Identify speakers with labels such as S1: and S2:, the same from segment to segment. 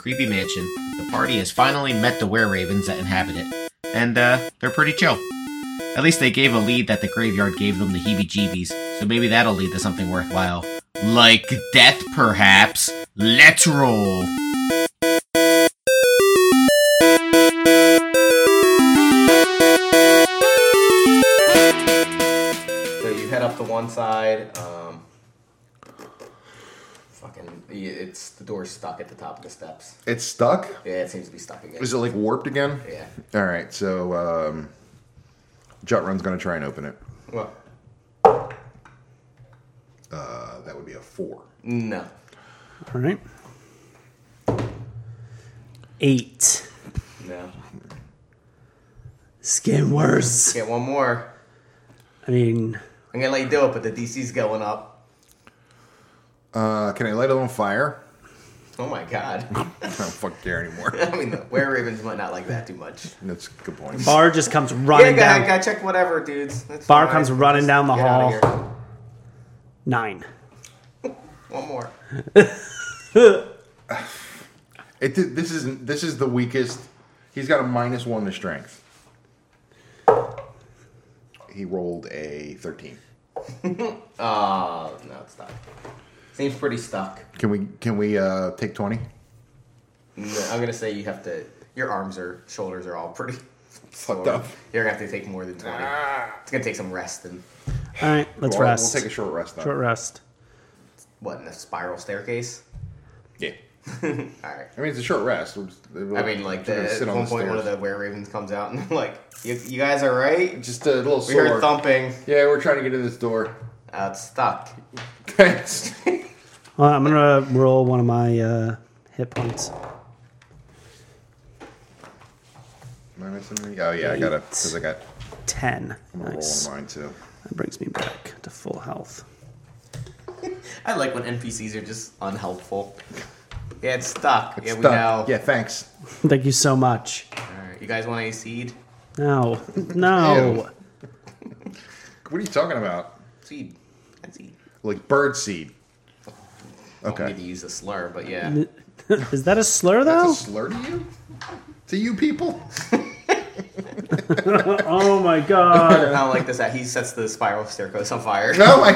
S1: creepy mansion, the party has finally met the were ravens that inhabit it, and uh, they're pretty chill. At least they gave a lead that the graveyard gave them the heebie jeebies, so maybe that'll lead to something worthwhile. Like death, perhaps. Let's roll!
S2: So you head up to one side. Um, fucking, y- it's the door's stuck at the top of the steps.
S3: It's stuck.
S2: Yeah, it seems to be stuck again.
S3: Is it like warped again?
S2: Yeah.
S3: All right, so um, Jutrun's gonna try and open it.
S2: Well,
S3: Uh, that would be a four.
S2: no.
S4: All right. Eight.
S2: No.
S4: Skin worse.
S2: Get one more.
S4: I mean,
S2: I'm gonna let you do it, but the DC's going up.
S3: Uh, can I light it on fire?
S2: Oh my god.
S3: I don't fuck care anymore.
S2: I mean, the were ravens might not like that too much.
S3: That's a good point.
S4: Bar just comes
S2: Yeah,
S4: running
S2: go
S4: down.
S2: ahead, go check whatever, dudes. That's
S4: Bar
S2: fine.
S4: comes running down the
S2: Get outta
S4: hall.
S2: here.
S4: Nine.
S2: One more.
S3: It, did- this is this is the weakest. He's got a minus one to strength. He rolled a thirteen.
S2: Oh, no, it's stuck. Seems pretty stuck.
S3: Can we can we uh, take twenty?
S2: No, I'm gonna say you have to. Your arms are, shoulders are all pretty fucked
S3: up.
S2: You're gonna have to take more than twenty. It's gonna take some rest and
S4: All right, let's
S3: Ah. Well,
S4: rest.
S3: We'll take a short rest. Though.
S4: Short rest.
S2: what in a spiral staircase.
S3: Yeah.
S2: All right.
S3: I mean, it's a short rest. We're just-
S2: I mean, like
S3: we're
S2: the,
S3: gonna
S2: at
S3: sit on
S2: one point, one
S3: stairs.
S2: of the were ravens comes out and like, you, you guys are right.
S3: just a little
S2: We
S3: sword.
S2: heard thumping.
S3: Yeah, we're trying to get to this door.
S2: Uh, it's stuck.
S3: Thanks.
S4: Well, I'm gonna roll one of my uh, hit points.
S3: Am I missing any? Oh yeah, I gotta because I got
S4: Ten.
S3: I'm gonna
S4: Nice.
S3: roll on mine too.
S4: That brings me back to full health.
S2: I like when NPCs are just unhelpful. Yeah, it's stuck. yeah, we
S3: Stuff.
S2: know.
S3: Yeah, thanks.
S4: Thank you so much.
S2: All right. You guys want any seed?
S4: No, no.
S3: What are you talking about?
S2: Seed. That's seed.
S3: Like bird seed.
S2: Okay.
S3: Okay.
S2: Need to use a slur, but yeah.
S4: Is that a slur though?
S3: That's a slur to you? To you people?
S4: oh my god.
S2: I don't like this. That he sets the spiral staircase on fire.
S3: Oh my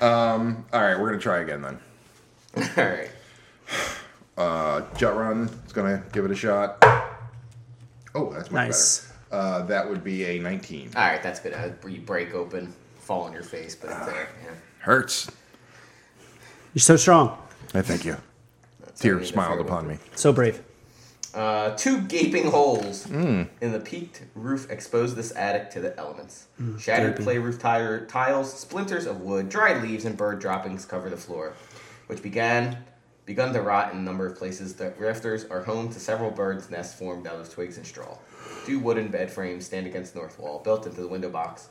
S3: god. um, all right, we're gonna try again then.
S2: All right.
S3: Uh, Jut Run is gonna give it a shot. Oh, that's much
S4: Nice.
S3: better. Uh, that would be a 19.
S2: All right. That's good. Uh, you break open, fall on your face, but it's there. Yeah.
S3: Hurts.
S4: You're so strong.
S3: I thank you.
S2: That's what I
S3: Tear
S2: mean,
S3: smiled
S2: that's
S3: upon me.
S4: So brave.
S2: Uh, two gaping holes in the peaked roof exposed this attic to the elements. Shattered
S4: gaping.
S2: clay roof tire, tiles, splinters of wood, dried leaves, and bird droppings cover the floor, which began begun to rot in a number of places. The rafters are home to several birds' nests formed out of twigs and straw. Two wooden bed frames stand against the north wall, built into the window box.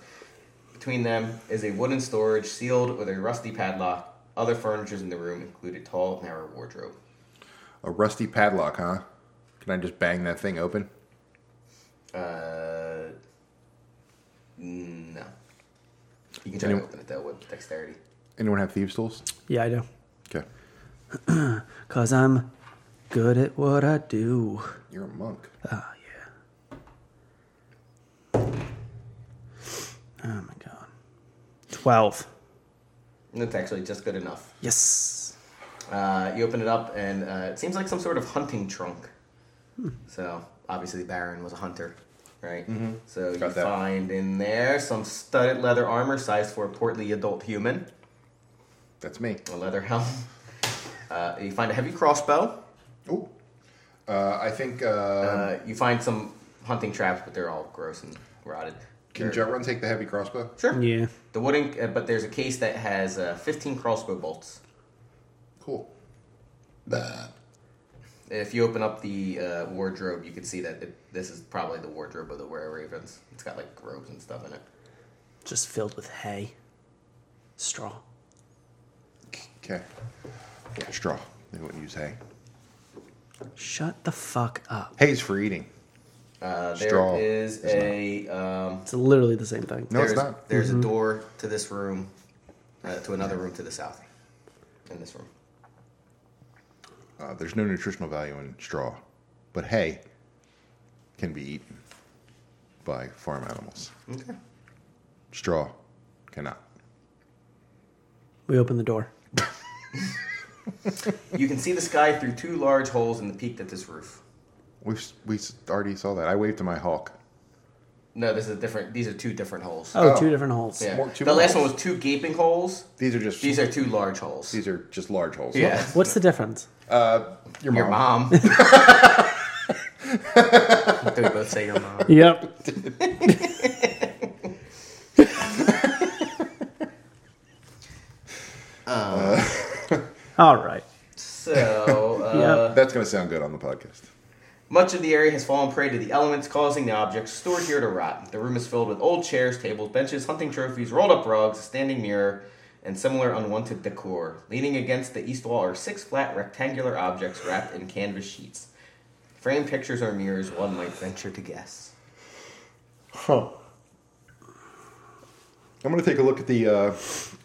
S2: Between them is a wooden storage sealed with a rusty padlock. Other furniture in the room include a tall, narrow wardrobe.
S3: A rusty padlock, huh? Can I just bang that thing open?
S2: Uh, no. You can try to open it though with dexterity.
S3: Anyone have thieves tools?
S4: Yeah, I do.
S3: Okay.
S4: Cause I'm good at what I do.
S3: You're a monk.
S4: Ah, yeah. Oh my god. Twelve.
S2: And That's actually just good enough.
S4: Yes.
S2: Uh, you open it up, and uh, it seems like some sort of hunting trunk. So obviously, Baron was a hunter, right? So you
S3: Mm-hmm. Got that.
S2: find in there some studded leather armor sized for a portly adult human,
S3: That's me.
S2: a leather helm. Uh, you find a heavy crossbow.
S3: Oh. Uh, I think. Uh,
S2: Uh, you find some hunting traps, but they're all gross and rotted.
S3: can
S2: They're-
S3: Jet Run take the heavy crossbow?
S2: Sure.
S4: Yeah.
S2: The wooden, uh, but there's a case that has uh, 15 crossbow bolts.
S3: Cool.
S2: If you open up the uh, wardrobe, you can see that it, this is probably the wardrobe of the Were Ravens. It's got like robes and stuff in it.
S4: Just filled with hay. Straw.
S3: Okay. Yeah, straw. They wouldn't use hay.
S4: Shut the fuck up.
S3: Hay's for eating.
S2: Uh, there
S3: Straw
S2: is
S3: is
S2: a um,
S4: It's literally the same thing.
S3: No,
S2: there's,
S3: it's not.
S2: there's a door to this room, uh, to another room to the south, in this room.
S3: Uh, there's no nutritional value in straw, but hay can be eaten by farm animals.
S2: Okay.
S3: Straw cannot.
S4: We open the door.
S2: You can see the sky through two large holes in the peak of this roof.
S3: We we already saw that. I waved to my hawk.
S2: No, this is a different. These are two different holes.
S4: Oh, two
S3: Oh.
S4: different holes.
S2: yeah.
S3: more- two
S2: the
S3: more
S2: last
S3: holes.
S2: one was two gaping holes.
S3: These are just
S2: These are two large holes.
S3: these are just large holes.
S2: yeah.
S4: What's the difference?
S3: Your mom.
S2: Your mom. Do we both say your mom?
S4: Yep.
S3: Uh.
S4: All right.
S2: So, uh,
S3: That's gonna sound good on the podcast.
S2: much of the area has fallen prey to the elements, causing the objects stored here to rot. The room is filled with old chairs, tables, benches, hunting trophies, rolled up rugs, a standing mirror, and similar unwanted decor. Leaning against the east wall are six flat rectangular objects wrapped in canvas sheets. Framed pictures or mirrors, one might venture to guess.
S3: Huh. I'm gonna take a look at the uh,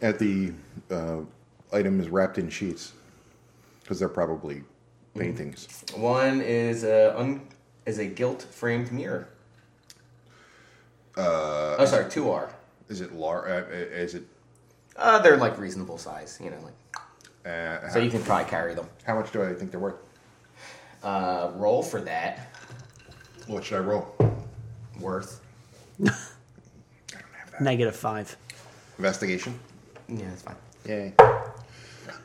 S3: at the uh, items wrapped in sheets because they're probably paintings.
S2: One is a, un- is a gilt framed mirror. Uh, oh, sorry, two are.
S3: Is it lar? Uh, uh, is it?
S2: Uh, they're like reasonable size, you know, like
S3: Uh,
S2: so
S3: how,
S2: you can probably carry them.
S3: how much do I think they're worth?
S2: Uh, roll for that
S3: What should I roll?
S2: worth.
S4: Negative five.
S3: Investigation.
S2: Yeah, that's fine.
S3: Yay.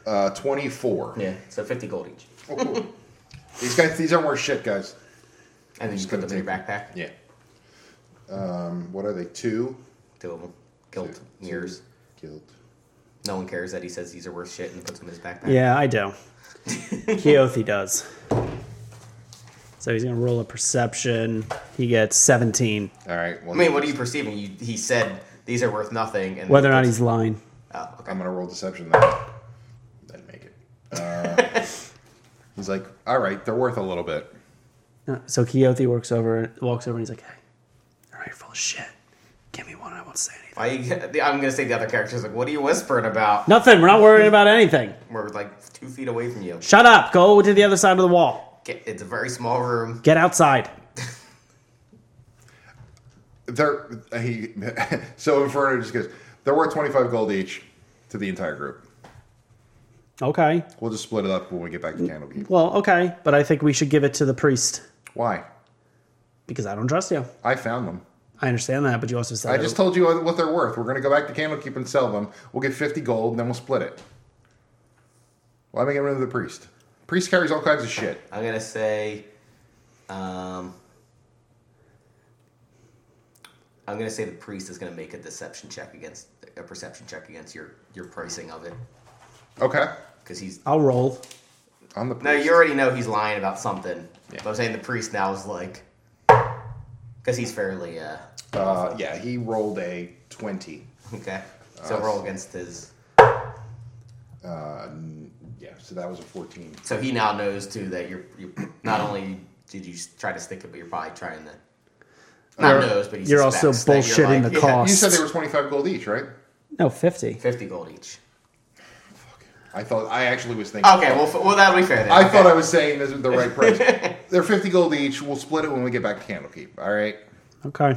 S3: Uh, twenty-four.
S2: Yeah, so fifty gold each,
S3: These guys, these aren't worth shit, guys.
S2: and then you
S3: Just
S2: put
S3: gonna
S2: them in your backpack.
S3: Yeah. Um, what are they? Two.
S2: Two of them, gilt
S3: Two- two
S2: mirrors.
S3: Guild.
S2: No one cares that he says these are worth shit and puts them in his backpack.
S4: Yeah, I do. Keothi does. So he's gonna roll a perception. He gets seventeen.
S3: All right. Well,
S2: I mean, what are you perceiving? You, he said these are worth nothing, and
S4: Whether or not he's lying.
S2: Oh, okay.
S3: I'm gonna roll deception then. Then make it. Uh, he's like, all right, they're worth a little bit.
S4: Uh, So Keothi works over, walks over, and he's like, "Hey, all right, you're full of shit. Give me one. I won't say anything.
S2: Why you- I'm gonna say the other characters like, what are you whispering about?
S4: Nothing. We're not worrying about anything.
S2: We're like two feet away from you.
S4: Shut up. Go to the other side of the wall.
S2: Get- It's a very small room.
S4: Get outside.
S3: They're he. so Inferno just goes. They're worth 25 gold each to the entire group.
S4: Okay.
S3: We'll just split it up when we get back to Candlekeep.
S4: Well, okay, but I think we should give it to the priest
S3: Why?
S4: because I don't trust you.
S3: I found them.
S4: I understand that, but you also said
S3: I just told you what they're worth. We're gonna go back to Candlekeep and sell them. We'll get 50 gold, and then we'll split it. Why am I getting rid of the priest? Priest carries all kinds of shit.
S2: I'm gonna say, um, I'm gonna say the priest is gonna make a deception check against a perception check against your your pricing of it
S3: Okay,
S2: because he's
S4: I'll roll.
S3: I'm the priest.
S2: no, you already know he's lying about something.
S3: Yeah.
S2: But I'm saying the priest now is like because he's fairly uh
S3: Uh, yeah, he rolled a 20.
S2: okay. So
S3: Uh,
S2: roll against his.
S3: Uh, n- yeah, so that was a 14.
S2: So he now knows too that you're, you're not only did you s- try to stick it, but you're probably trying to. Not
S4: You're-
S2: knows, but he
S4: you're also
S2: suspects that you're
S4: bullshitting
S2: like-
S4: the
S2: Yeah,
S4: cost.
S3: You said they were 25 gold each, right?
S4: No, fifty.
S2: Fifty gold each.
S3: I thought, I actually was thinking.
S4: Oh.
S2: Okay, well, f- well that'll be fair then.
S3: I
S2: Okay.
S3: thought I was saying this is the right price. They're 50 gold each. We'll split it when we get back to Candlekeep, all right?
S4: Okay.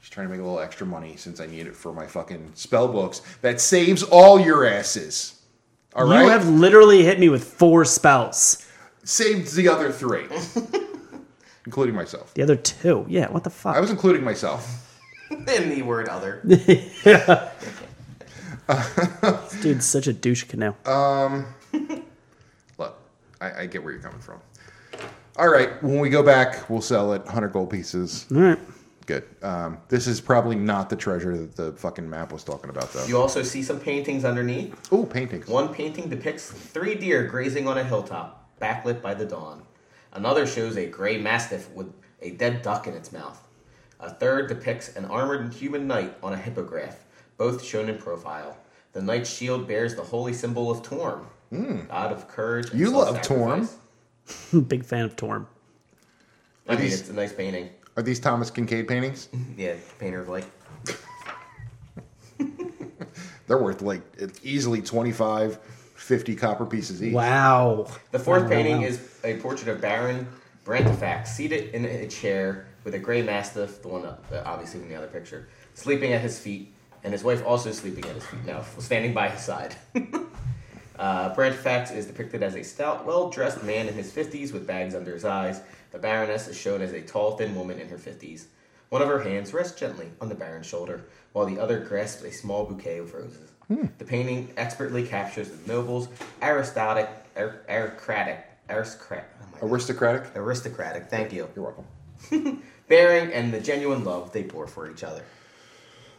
S3: Just trying to make a little extra money since I need it for my fucking spell books. That saves all your asses. All right?
S4: You have literally hit me with four spells.
S3: Saved the other three, including myself.
S4: The other two. Yeah. What the fuck?
S3: I was including myself.
S2: in the word other.
S4: This Dude's such a douche canoe.
S3: Uh, Look, I, I get where you're coming from. All right, when we go back, we'll sell it 100 gold pieces.
S4: All right.
S3: Good. Um, this is probably not the treasure that the fucking map was talking about, though.
S2: You also see some paintings underneath.
S3: Oh, paintings.
S2: One painting depicts three deer grazing on a hilltop, backlit by the dawn. Another shows a gray mastiff with a dead duck in its mouth. A third depicts an armored human knight on a hippogriff, both shown in profile. The knight's shield bears the holy symbol of Torm, god of courage. And
S3: Hmm. You love
S2: self-sacrifice.
S3: Torm.
S4: Big fan of Torm.
S2: I mean,
S3: These-
S2: it's a nice painting.
S3: Are these Thomas Kincaid paintings?
S2: Yeah, painter of light.
S3: They're worth like easily 25, 50 50 copper pieces each.
S4: Wow.
S2: The fourth
S4: Wow, wow,
S2: painting
S4: wow.
S2: is a portrait of Baron Brantifax seated in a chair with a gray mastiff, the one up, uh, obviously from the other picture, sleeping at his feet, and his wife also sleeping at his feet now, standing by his side. uh, Brantifax is depicted as a stout, well dressed man in his 50s with bags under his eyes. The Baroness is shown as a tall, thin woman in her 50s. One of her hands rests gently on the Baron's shoulder, while the other grasps a small bouquet of roses.
S3: Hmm.
S2: The painting expertly captures the noble's aristocratic, ar- aristocratic, aristocrat, oh my God.
S3: Aristocratic.
S2: aristocratic, thank you,
S3: You're welcome.
S2: bearing and the genuine love they bore for each other.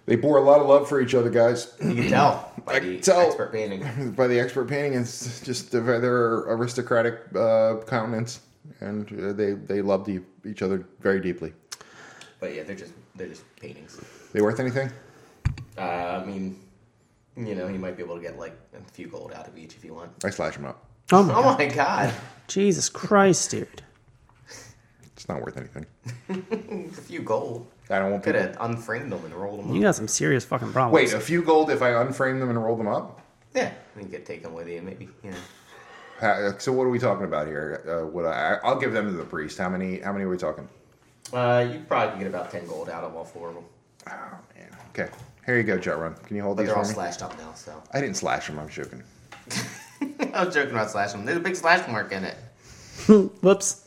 S3: They bore a lot of love for each other, guys,
S2: You can tell by
S3: I
S2: the
S3: can tell.
S2: expert painting.
S3: by the expert painting. It's just their their aristocratic uh, countenance, and uh, they they loved e- each other very deeply.
S2: But yeah, they're just they're just paintings.
S3: They worth anything?
S2: Uh, I mean, you know, he might be able to get like a few gold out of each if you want.
S3: I slash them up.
S4: Oh my,
S2: Oh my god,
S4: Jesus Christ, dude.
S3: It's not worth anything.
S2: a few gold.
S3: I don't want
S2: Could
S3: people.
S2: have unframed them and rolled them
S4: You
S2: up.
S4: got some serious fucking problems.
S3: Wait, a few gold if I unframe them and roll them up.
S2: Yeah, and get taken with you maybe. Yeah,
S3: Ha- uh, So what are we talking about here? Uh, what I, I'll give them to the priest. How many? How many are we talking?
S2: uh, you probably could get about ten gold out of all four of them.
S3: Oh man. Okay. Here you go, Jet Run. Can you hold
S2: But
S3: these
S2: they're all
S3: for me?
S2: slashed up now, so.
S3: I didn't slash them. I'm joking.
S2: I was joking about slash them. There's a big slash mark in it.
S4: Whoops.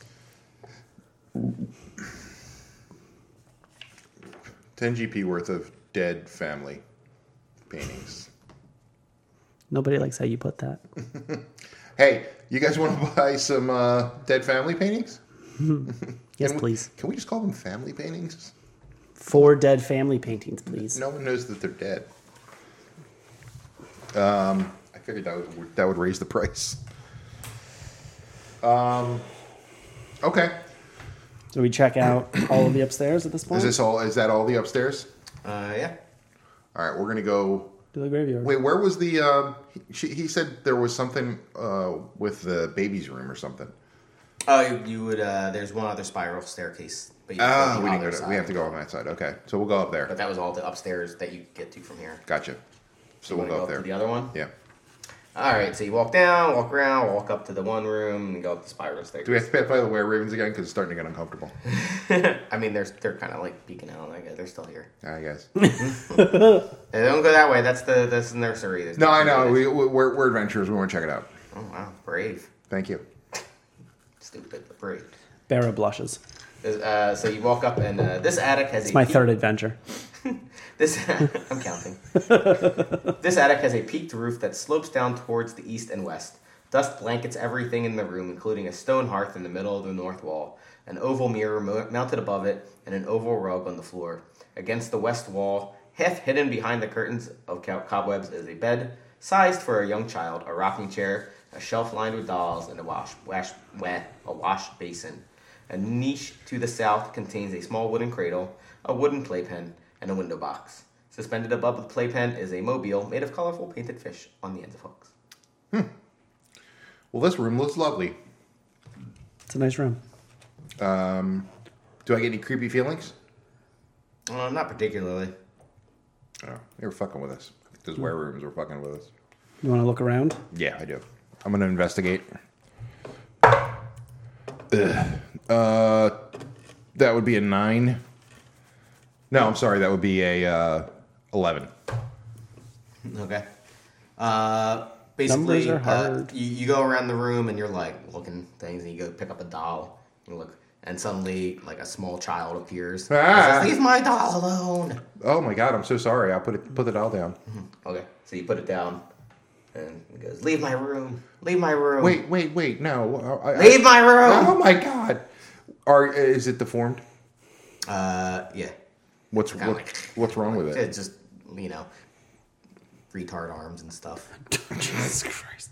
S3: Ten GP worth of dead family paintings.
S4: Nobody likes how you put that.
S3: Hey, you guys want to buy some uh, dead family paintings?
S4: Yes,
S3: Can we-
S4: please.
S3: Can we just call them family paintings?
S4: Four dead family paintings, please.
S3: No one knows that they're dead. Um, I figured that would that would raise the price. Um, okay.
S4: So we check out all of the upstairs at this point?
S3: Is this all? Is that all the upstairs?
S2: Uh, yeah.
S3: All right, we're gonna go.
S4: to the graveyard?
S3: Wait, where was the? Um, he, she, he said there was something uh, with the baby's room or something.
S2: Oh, you, you would. Uh, there's one other spiral staircase, but you
S3: Ah,
S2: Oh, the
S3: we, didn't
S2: other
S3: go to,
S2: side.
S3: we have to go on that side. Okay, so we'll go up
S2: But
S3: there.
S2: that was all the upstairs that you could get to from here.
S3: Gotcha. So we'll
S2: Wanna
S3: go up
S2: to
S3: there.
S2: the other one.
S3: Yeah.
S2: All right. So you walk down, walk around, walk up to the one room, and go up the spiral
S3: Do we
S2: staircase.
S3: have to pay by the were ravens again? Because it's starting to get uncomfortable.
S2: I mean, they're they're kind of like peeking out. I guess they're still here.
S3: I guess.
S2: They don't go that way. That's the that's the nursery. There's
S3: No, I know. We, we- we're, we're adventurers. We want to check it out.
S2: Oh wow, brave,
S3: Thank you.
S2: stupid, but brave.
S4: Barra blushes.
S2: There's, Uh, so you walk up, and uh, this attic has
S4: It's
S2: a
S4: my
S2: peak-
S4: third adventure.
S2: This I'm counting. this attic has a peaked roof that slopes down towards the east and west. Dust blankets everything in the room, including a stone hearth in the middle of the north wall, an oval mirror mo- mounted above it, and an oval rug on the floor. Against the west wall, half hidden behind the curtains of co- cobwebs, is a bed sized for a young child, a rocking chair, a shelf lined with dolls, and a wash wash wah, a wash basin. A niche to the south contains a small wooden cradle, a wooden playpen, and a window box. Suspended above the playpen is a mobile made of colorful painted fish on the ends of hooks.
S3: Well, this room looks lovely.
S4: It's a nice room.
S3: Do I get any creepy feelings?
S2: Uh, not particularly.
S3: Oh, they were fucking with us.
S2: Hmm.
S3: Those were rooms were fucking with us.
S4: You want to look around?
S3: Yeah, I do. I'm going to investigate. Uh, Ugh. Uh, that would be a nine. No, I'm sorry. That would be a uh, 11.
S2: Okay. Uh, basically,
S4: Numbers are
S2: uh,
S4: hard.
S2: you, you go around the room and you're like looking things, and you go pick up a doll. You look, and suddenly, like a small child appears. and
S3: Ah.
S2: says, Leave my doll alone.
S3: Oh my God, I'm so sorry. I'll put, it, put the doll down.
S2: Okay, so you put it down, and it goes, "Leave my room. Leave my room.
S3: Wait, wait, wait. No. I, I-
S2: leave my room."
S3: Oh my god! Are is it deformed?
S2: Uh, yeah,
S3: What's what, what's wrong with it?
S2: it's just you know, retard arms and stuff.
S4: Jesus Christ.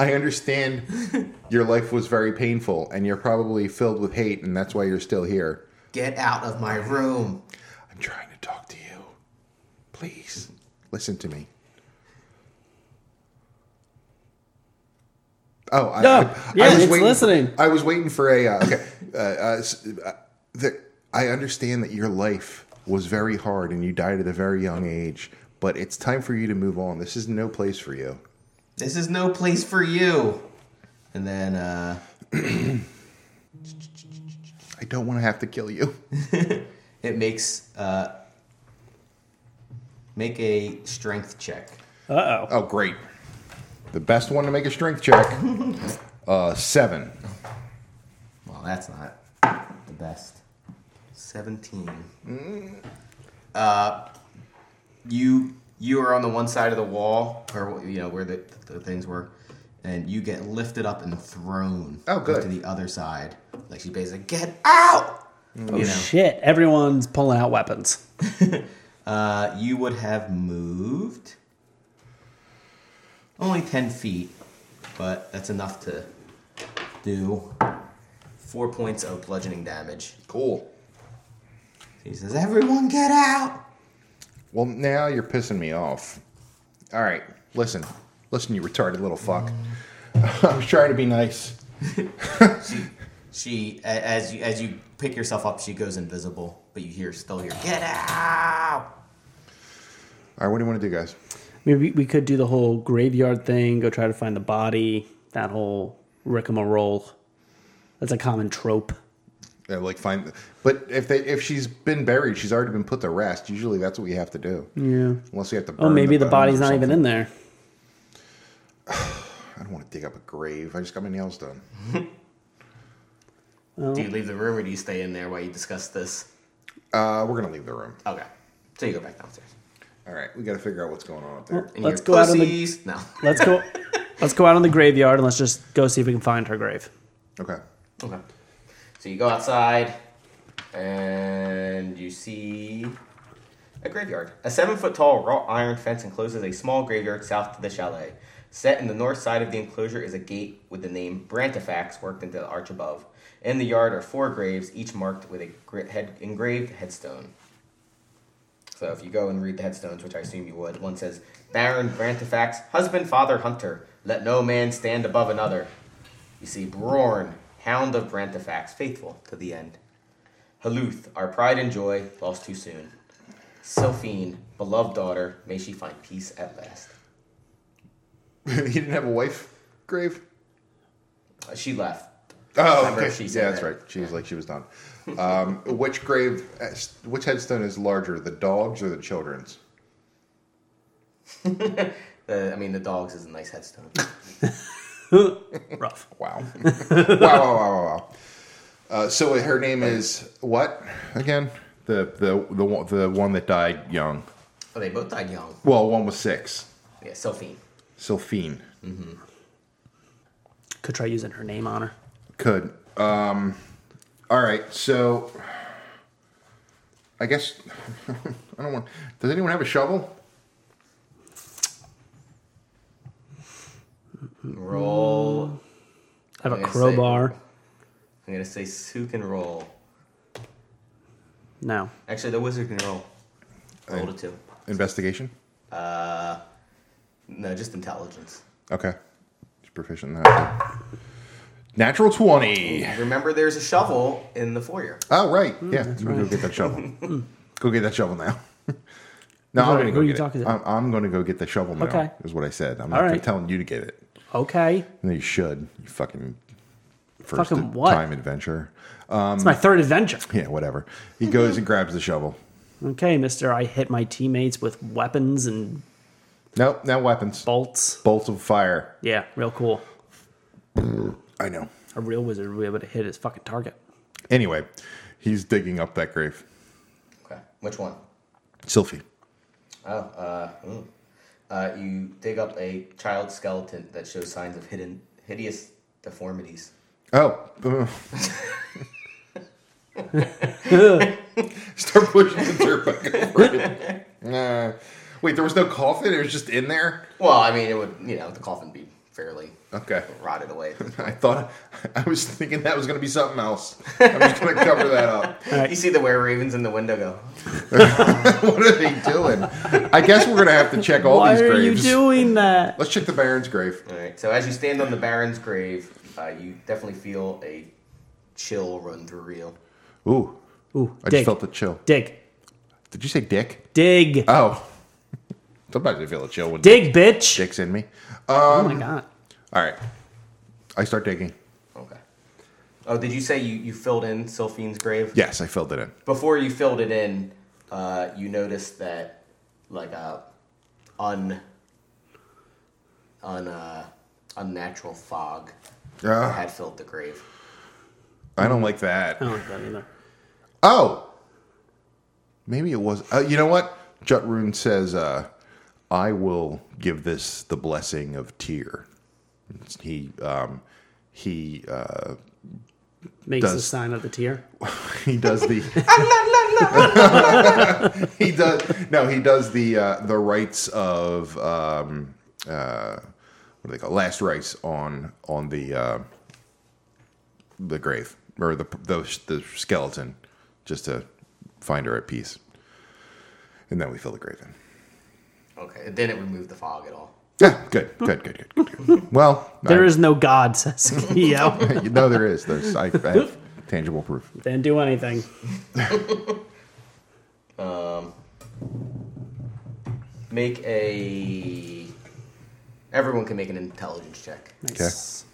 S3: I understand your life was very painful, and you're probably filled with hate, and that's why you're still here.
S2: Get out of my room.
S3: I'm trying to talk to you. Please listen to me. Oh, I,
S4: No.
S3: I,
S4: Yeah,
S3: I was
S4: it's
S3: waiting,
S4: listening.
S3: I was waiting for a. Uh, okay, uh, uh, s- uh, the, I understand that your life was very hard and you died at a very young age, but it's time for you to move on. This is no place for you.
S2: This is no place for you. And then, uh,
S3: I don't want to have to kill you.
S2: it makes, uh, make a strength check.
S4: Uh oh.
S3: Oh, great. The best one to make a strength check. Uh, seven.
S2: Well, that's not the best. 17. Uh, you you are on the one side of the wall, or you know where the, the things were, and you get lifted up and thrown
S3: Oh, good.
S2: to the other side. Like she basically, get out!
S4: Oh
S2: you know,
S4: shit! Everyone's pulling out weapons.
S2: uh, you would have moved only 10 feet, but that's enough to do four points of bludgeoning damage.
S3: Cool.
S2: He says, Everyone get out!
S3: Well, now you're pissing me off. All right, listen, listen, you retarded little fuck. I was trying to be nice.
S2: She, a- as you, as you pick yourself up, she goes invisible, but you hear, still hear, get out!
S3: All right, what do you want to do, guys?
S4: I mean, we, we could do the whole graveyard thing. Go try to find the body. That whole rick'em-a-roll. That's a common trope.
S3: Uh, like find, but if they if she's been buried, she's already been put to rest. Usually, that's what we have to do.
S4: Yeah.
S3: Unless we have to. Burn
S4: Oh, maybe the,
S3: bones
S4: body's
S3: or
S4: not even
S3: something.
S4: in there.
S3: I don't want to dig up a grave. I just got my nails done.
S2: Do you leave the room or do you stay in there while you discuss this?
S3: Uh, we're gonna leave the room.
S2: Okay. So you go back downstairs.
S3: All right, we got to figure out what's going on up there.
S2: And
S4: Let's
S2: you hear,
S4: go out on the-
S2: "Pussies!" No.
S4: Let's go. let's go out on the graveyard and let's just go see if we can find her grave.
S3: Okay.
S2: Okay. So you go outside, and you see a graveyard. A seven foot tall wrought iron fence encloses a small graveyard south to the chalet. Set in the north side of the enclosure is a gate with the name Brantifax worked into the arch above. In the yard are four graves, each marked with a gri- head- engraved headstone. So if you go and read the headstones, which I assume you would, one says Baron Brantifax, husband, father, hunter. Let no man stand above another. You see Brorn, hound of Brantifax, faithful to the end. Haluth, our pride and joy, lost too soon. Sylphine, beloved daughter, may she find peace at last.
S3: he didn't have a wife grave.
S2: Uh, she left.
S3: Oh,
S2: Remember,
S3: okay.
S2: she said
S3: yeah, that's
S2: that.
S3: right. She was like she was done. Um, which grave, which headstone is larger, the dogs or the children's?
S2: The, I mean, the dogs is a nice headstone. Oh,
S4: Rough.
S3: Wow, wow, wow, wow, wow. wow. Uh, so her name is what again? The the the one, the one that died young.
S2: Oh, they both died young.
S3: Well, one was six.
S2: Yeah, Sylphine.
S3: Sylphine
S4: Could try using her name on her.
S3: could. Um, all right, so I guess I don't want. Does anyone have a shovel?
S2: Roll.
S4: I have
S2: I'm
S4: a
S2: gonna say-
S4: crowbar.
S2: I'm gonna say who can roll.
S4: No.
S2: Actually, the wizard can roll. Roll a two.
S3: Investigation.
S2: No, just intelligence.
S3: Okay. He's proficient in that. Natural 20.
S2: Remember, there's a shovel in the foyer.
S3: Oh, right.
S4: Hmm,
S3: yeah. I'm going to go get that shovel. go get that shovel now. no, I'm
S4: Who-
S3: going to
S4: who
S3: go
S4: are
S3: get
S4: you
S3: it.
S4: talking to?
S3: I'm, I'm going to go get the shovel now,
S4: Okay.
S3: is what I said. I'm
S4: All
S3: not
S4: right.
S3: telling you to get it.
S4: Okay.
S3: No, you should. You fucking first
S4: Fucking what?
S3: time adventure.
S4: it's
S3: Um,
S4: my third adventure.
S3: Yeah, whatever. He goes and grabs the shovel.
S4: Okay, mister. I hit my teammates with weapons and
S3: Nope, now weapons.
S4: bolts.
S3: Bolts of fire.
S4: Yeah, real cool.
S3: I know.
S4: A real wizard would be able to hit his fucking target.
S3: Anyway, he's digging up that grave.
S2: Okay. Which one?
S3: Sylphie.
S2: Oh, uh, ooh. uh, you dig up a child skeleton that shows signs of hidden hideous deformities.
S3: Oh. Start pushing the dirt back over it. Nah. Wait, there was no coffin? It was just in there?
S2: Well, I mean, it would you know the coffin be fairly
S3: Okay.
S2: rotted away. at this point.
S3: I thought, I was thinking that was going to be something else. I'm just going to cover that up.
S2: You see the were ravens in the window go.
S3: What are they doing? I guess we're going to have to check all
S4: Why
S3: these
S4: are you
S3: graves.
S4: doing that?
S3: Let's check the Baron's grave.
S2: All right. So as you stand on the Baron's grave, uh, you definitely feel a chill run through you.
S3: Ooh.
S4: Ooh,
S3: I
S4: dig,
S3: just felt the chill.
S4: dig,
S3: Uh, Did you say dick?
S4: dig.
S3: Oh. Sometimes I feel a chill when
S4: Dig, bitch.
S3: dicks in me.
S4: Oh my god.
S3: All right. I start digging.
S2: Okay. Oh, did you say you, you filled in Sylphine's grave?
S3: Yes, I filled it in.
S2: Before you filled it in, uh, you noticed that like a un un uh, unnatural fog
S3: Ah,
S2: had filled the grave.
S3: I don't like that.
S4: I don't like that either.
S3: Oh, maybe it was. Uh, you know what? Jutrun says, uh, "I will give this the blessing of tear." It's- He um, he uh,
S4: Makes the
S3: Does-
S4: sign of the tear.
S3: he does the he does no he does the uh, the rites of um, uh, what do they call last rites on on the uh, the grave or the the, the skeleton just to find her at peace and then we fill the grave in
S2: Okay. It didn't remove the fog at all.
S3: yeah good good good good, good, good. well
S4: There
S3: I-
S4: is no God, says Keo.
S3: you know there is there's I, I have tangible proof
S4: Didn't do anything.
S2: Make a everyone can make an intelligence check.
S4: Nice.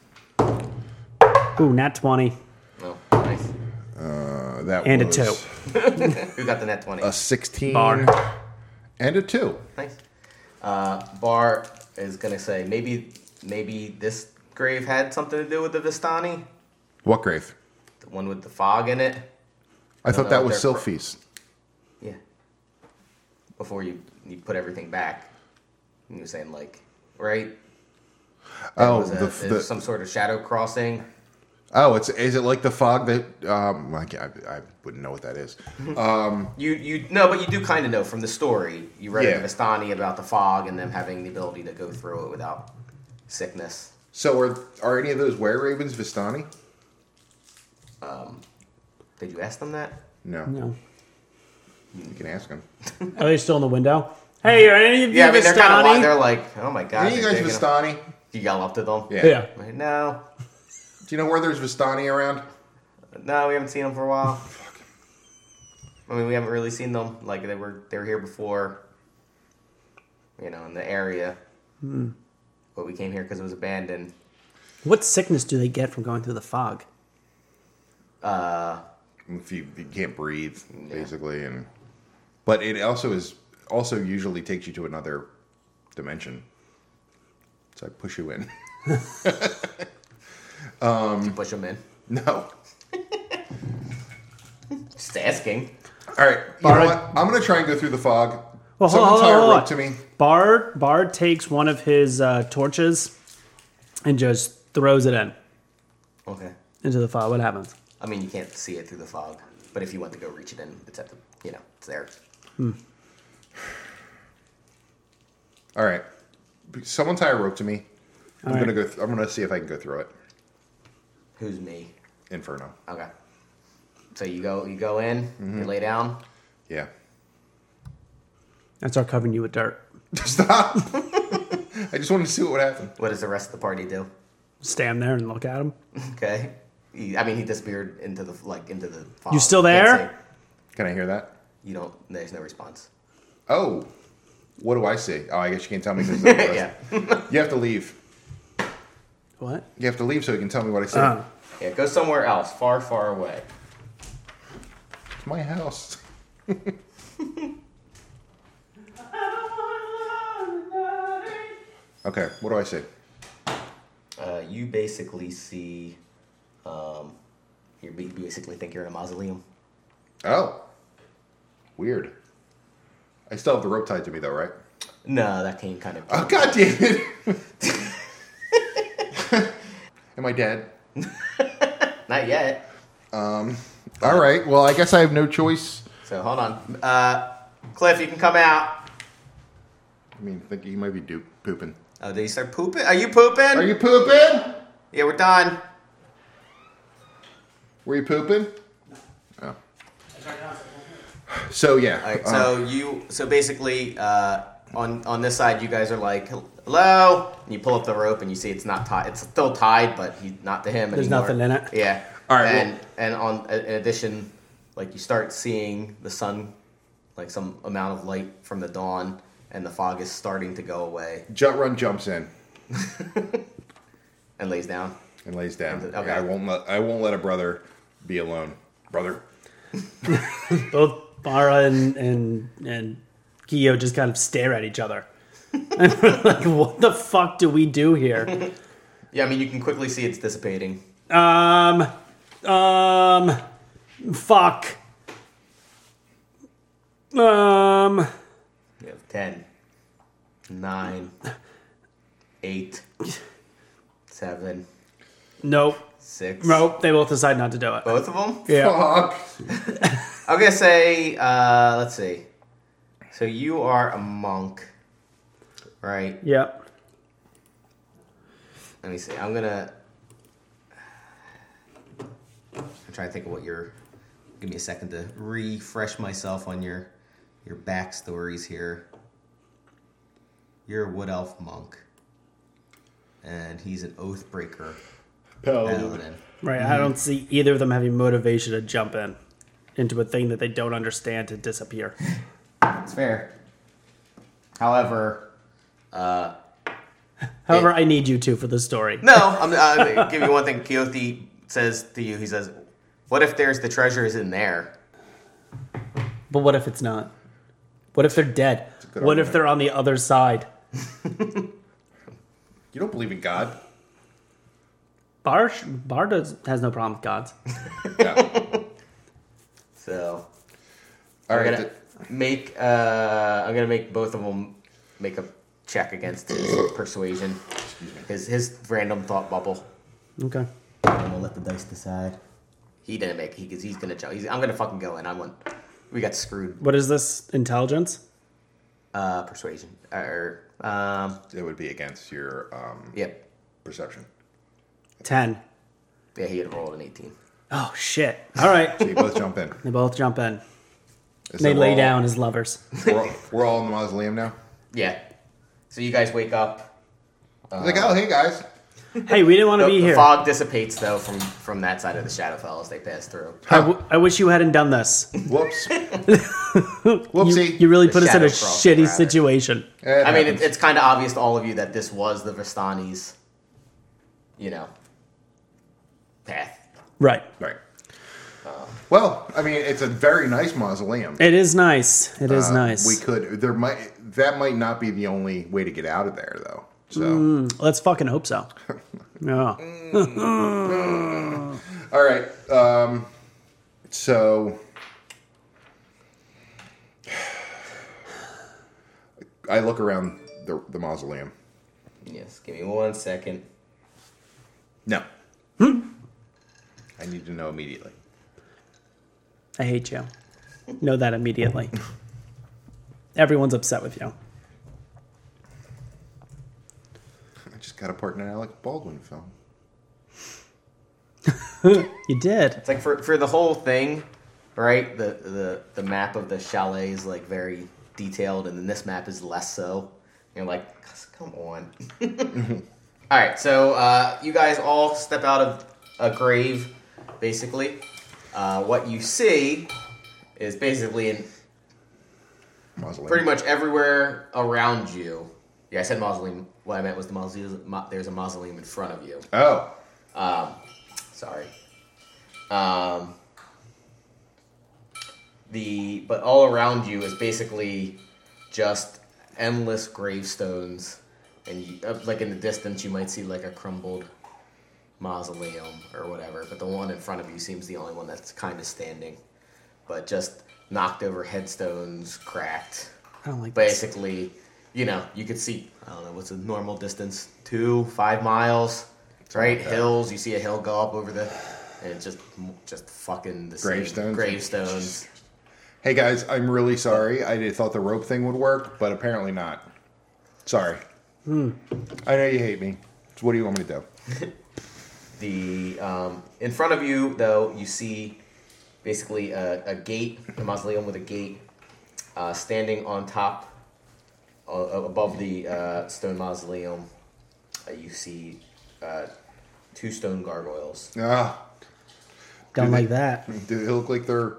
S4: Ooh, not 20.
S2: No, Oh, nice.
S3: uh, that
S4: And a
S3: was
S4: two.
S2: Who got the net twenty?
S3: a sixteen
S4: Bar.
S3: and a two.
S2: Nice. Uh, Bar is gonna say maybe maybe this grave had something to do with the Vistani,
S3: What grave?
S2: the one with the fog in it.
S3: I thought
S2: know
S3: that
S2: what
S3: was
S2: they're fr-
S3: Sylphie's.
S2: Yeah. Before you you put everything back, you were saying like right. There
S3: Oh,
S2: was a-
S3: the,
S2: there's
S3: the,
S2: some sort of shadow crossing.
S3: oh, it's is it like the fog that? Um, I, can't- I, I wouldn't know what that is.
S2: You you no, but you do kind of know from the story. You read
S3: Yeah.
S2: in Vistani about the fog and them having the ability to go through it without sickness.
S3: So are are any of those were ravens Vistani?
S2: Did you ask them that?
S3: No.
S4: No.
S3: you can ask them.
S4: Are they still in the window? Hey, are any of you
S2: Yeah, I mean they're kind of
S4: Vistani?
S2: like, they're like, oh my god,
S3: Any of you
S2: they're
S3: guys
S2: digging up-
S3: Vistani?
S2: You yell up to them.
S3: Yeah.
S4: yeah.
S2: Like, No,
S3: Do you know where there's Vistani around?
S2: no, we haven't seen them for a while. I mean, we haven't really seen them. Like they were, they were here before. You know, in the area.
S4: Hmm.
S2: But we came here because it was abandoned.
S4: What sickness do they get from going through the fog?
S3: If you, you can't breathe, basically, and but it also is also usually takes you to another dimension. So I push you in.
S2: You push them in.
S3: no.
S2: Just asking.
S3: All right. You know
S4: Alright.
S3: what? I'm gonna try and go through the fog.
S4: Well, hold
S3: Someone
S4: on, hold
S3: tie
S4: on,
S3: a
S4: hold
S3: rope
S4: on.
S3: to me.
S4: Bard Bard takes one of his uh, torches and just throws it in
S2: Okay.
S4: into the fog. What happens?
S2: I mean, you can't see it through the fog, but if you want to go reach it in, it's at the, you know, it's there.
S3: All right. Someone tie a rope to me. I'm
S4: All right.
S3: gonna go. Th- I'm gonna see if I can go through it.
S2: Who's me?
S3: Inferno.
S2: Okay. So you go, you go in,
S4: Mm-hmm.
S2: you lay down.
S3: Yeah.
S4: I start covering you with dirt.
S3: Stop. I just wanted to see what would happen.
S2: What does the rest of the party do?
S4: Stand there and look at him.
S2: Okay. He, I mean, he disappeared into the like into the. Fog.
S4: You still
S2: Can't
S4: there?
S2: say-
S3: Can I hear that?
S2: You don't. There's no response.
S3: Oh. What do I see? Oh, I guess you can't tell me. 'cause
S2: yeah.
S3: You have to leave.
S4: What?
S3: You have to leave so you can tell me what I see.
S4: Uh,
S2: Yeah. Go somewhere else, far, far away.
S3: It's my house. okay. What do I see?
S2: Uh, you basically see. Um, you ba- basically think you're in a mausoleum.
S3: Oh. Weird. I still have the rope tied to me though, right?
S2: No, that came kind of.
S3: Oh god damn it! Am I dead?
S2: Not yet.
S3: All right. Well, I guess I have no choice.
S2: So hold on. Uh, Cliff, you can come out.
S3: I mean, I think you might be dupe pooping.
S2: Oh, did you start pooping? Are you pooping?
S3: Are you pooping?
S2: yeah, we're done.
S3: Were you pooping? Oh. So yeah.
S2: All right.
S3: uh,
S2: So you. So basically, uh, on on this side, you guys are like, hello, and you pull up the rope, and you see it's not tied. It's still tied, but he's not to him.
S4: There's
S2: anymore.
S4: nothing in it.
S2: Yeah.
S3: All right,
S2: And and on in addition, like you start seeing the sun, like some amount of light from the dawn, and the fog is starting to go away
S3: Jutrun jumps in
S2: and lays down.
S3: and lays down.
S2: Okay.
S3: I won't let I won't let a brother be alone. Brother.
S4: Both Bara and and and Kyo just kind of stare at each other. And we're like, what the fuck do we do here?
S2: Yeah, I mean, you can quickly see it's dissipating.
S4: Um, um, fuck. Um,
S2: You have 10, 9, 8, 7,
S4: nope,
S2: 6.
S4: nope. They both decide not to do it.
S2: Both of them?
S4: Yeah,
S3: Fuck.
S2: I'm going to say, uh, let's see. So you are a monk, right?
S4: yep.
S2: Let me see. I'm going to. I'm trying to think of what your. Give me a second to refresh myself on your your backstories here. You're a wood elf monk, and he's an oath breaker paladin.
S4: Right. I don't see either of them having motivation to jump in into a thing that they don't understand to disappear.
S2: It's fair. However,
S4: However, I need you two for the story.
S2: no. I'm, i give you one thing. Quixote says to you, he says, "What if there's the treasure is in there?"
S4: But what if it's not? What if they're dead?
S3: good
S4: What if
S3: argument.
S4: they're on the other side?
S3: You don't believe in God?
S4: Bar Bar does, has no problem with gods.
S3: Yeah.
S2: So
S3: All
S2: I'm
S3: right.
S2: gonna make. Uh, I'm gonna make both of them make a check against his persuasion, his his random thought bubble.
S4: Okay.
S2: I'm gonna let the dice decide. He didn't make. He 'cause he's gonna. ch- He's, I'm gonna fucking go in. I'm on. We got screwed.
S4: What is this intelligence?
S2: Uh, persuasion or um.
S3: It would be against your um,
S2: Yep.
S3: perception.
S4: Ten.
S2: Yeah, he had rolled an 18.
S4: Oh shit! All right.
S3: So you both jump in.
S4: they both jump in.
S3: Is
S4: They
S3: that
S4: lay
S3: all-
S4: down as lovers.
S3: We're all, we're all in the mausoleum now.
S2: Yeah. So you guys wake up.
S3: It's like, oh, hey guys.
S4: hey, we didn't want to
S2: The,
S4: be
S2: the
S4: here. I
S2: fog dissipates though from from that side of the Shadowfell as they pass through.
S4: I, w- I wish you hadn't done this.
S3: Whoops.
S4: You,
S3: Whoopsie.
S4: you really
S2: The
S4: put us in a
S2: shadow crawls
S4: shitty
S2: rather.
S4: situation.
S2: I mean, it, it's kind of obvious to all of you that this was the Vistani's, you know, path.
S4: Right.
S3: right. Well, I mean, it's a very nice mausoleum.
S4: It is nice. It is
S3: Uh,
S4: nice.
S3: We could. There might. That might not be the only way to get out of there, though. So,
S4: Let's fucking hope so. Oh, No.
S3: all right. Um, so, I look around the, the mausoleum.
S2: Yes. Give me one second.
S3: No. I need to know immediately.
S4: I hate you. Know that immediately. Everyone's upset with you.
S3: I just got a part in an Alec Baldwin film.
S4: You did.
S2: It's like for for the whole thing, right? The the the map of the chalet is like very detailed, and then this map is less so. You're like, come on. all right, so uh, you guys all step out of a grave, basically. Uh, what you see is basically in
S3: Mausoleum.
S2: pretty much everywhere around you. Yeah, I said mausoleum. What I meant was the mausoleum. Mo- there's a mausoleum in front of you.
S3: Oh,
S2: Sorry. Um, the but all around you is basically just endless gravestones, and you, up, like in the distance you might see like a crumbled mausoleum or whatever. But the one in front of you seems the only one that's kind of standing, but just knocked over headstones, cracked.
S4: I don't like this.
S2: Basically, you know, you could see I don't know what's a normal distance two five miles, right? Hills. You see a hill go up over the, and it's just just fucking the same
S3: Gravestones?
S2: Gravestones.
S3: hey guys, I'm really sorry. I did, thought the rope thing would work, but apparently not. Sorry. I know you hate me. So what do you want me to do?
S2: The um, in front of you, though, you see basically a, a gate, a mausoleum with a gate, uh, standing on top, uh, above the uh, stone mausoleum. Uh, you see uh, two stone gargoyles.
S3: Ah,
S4: Don't like that.
S3: do they look like they're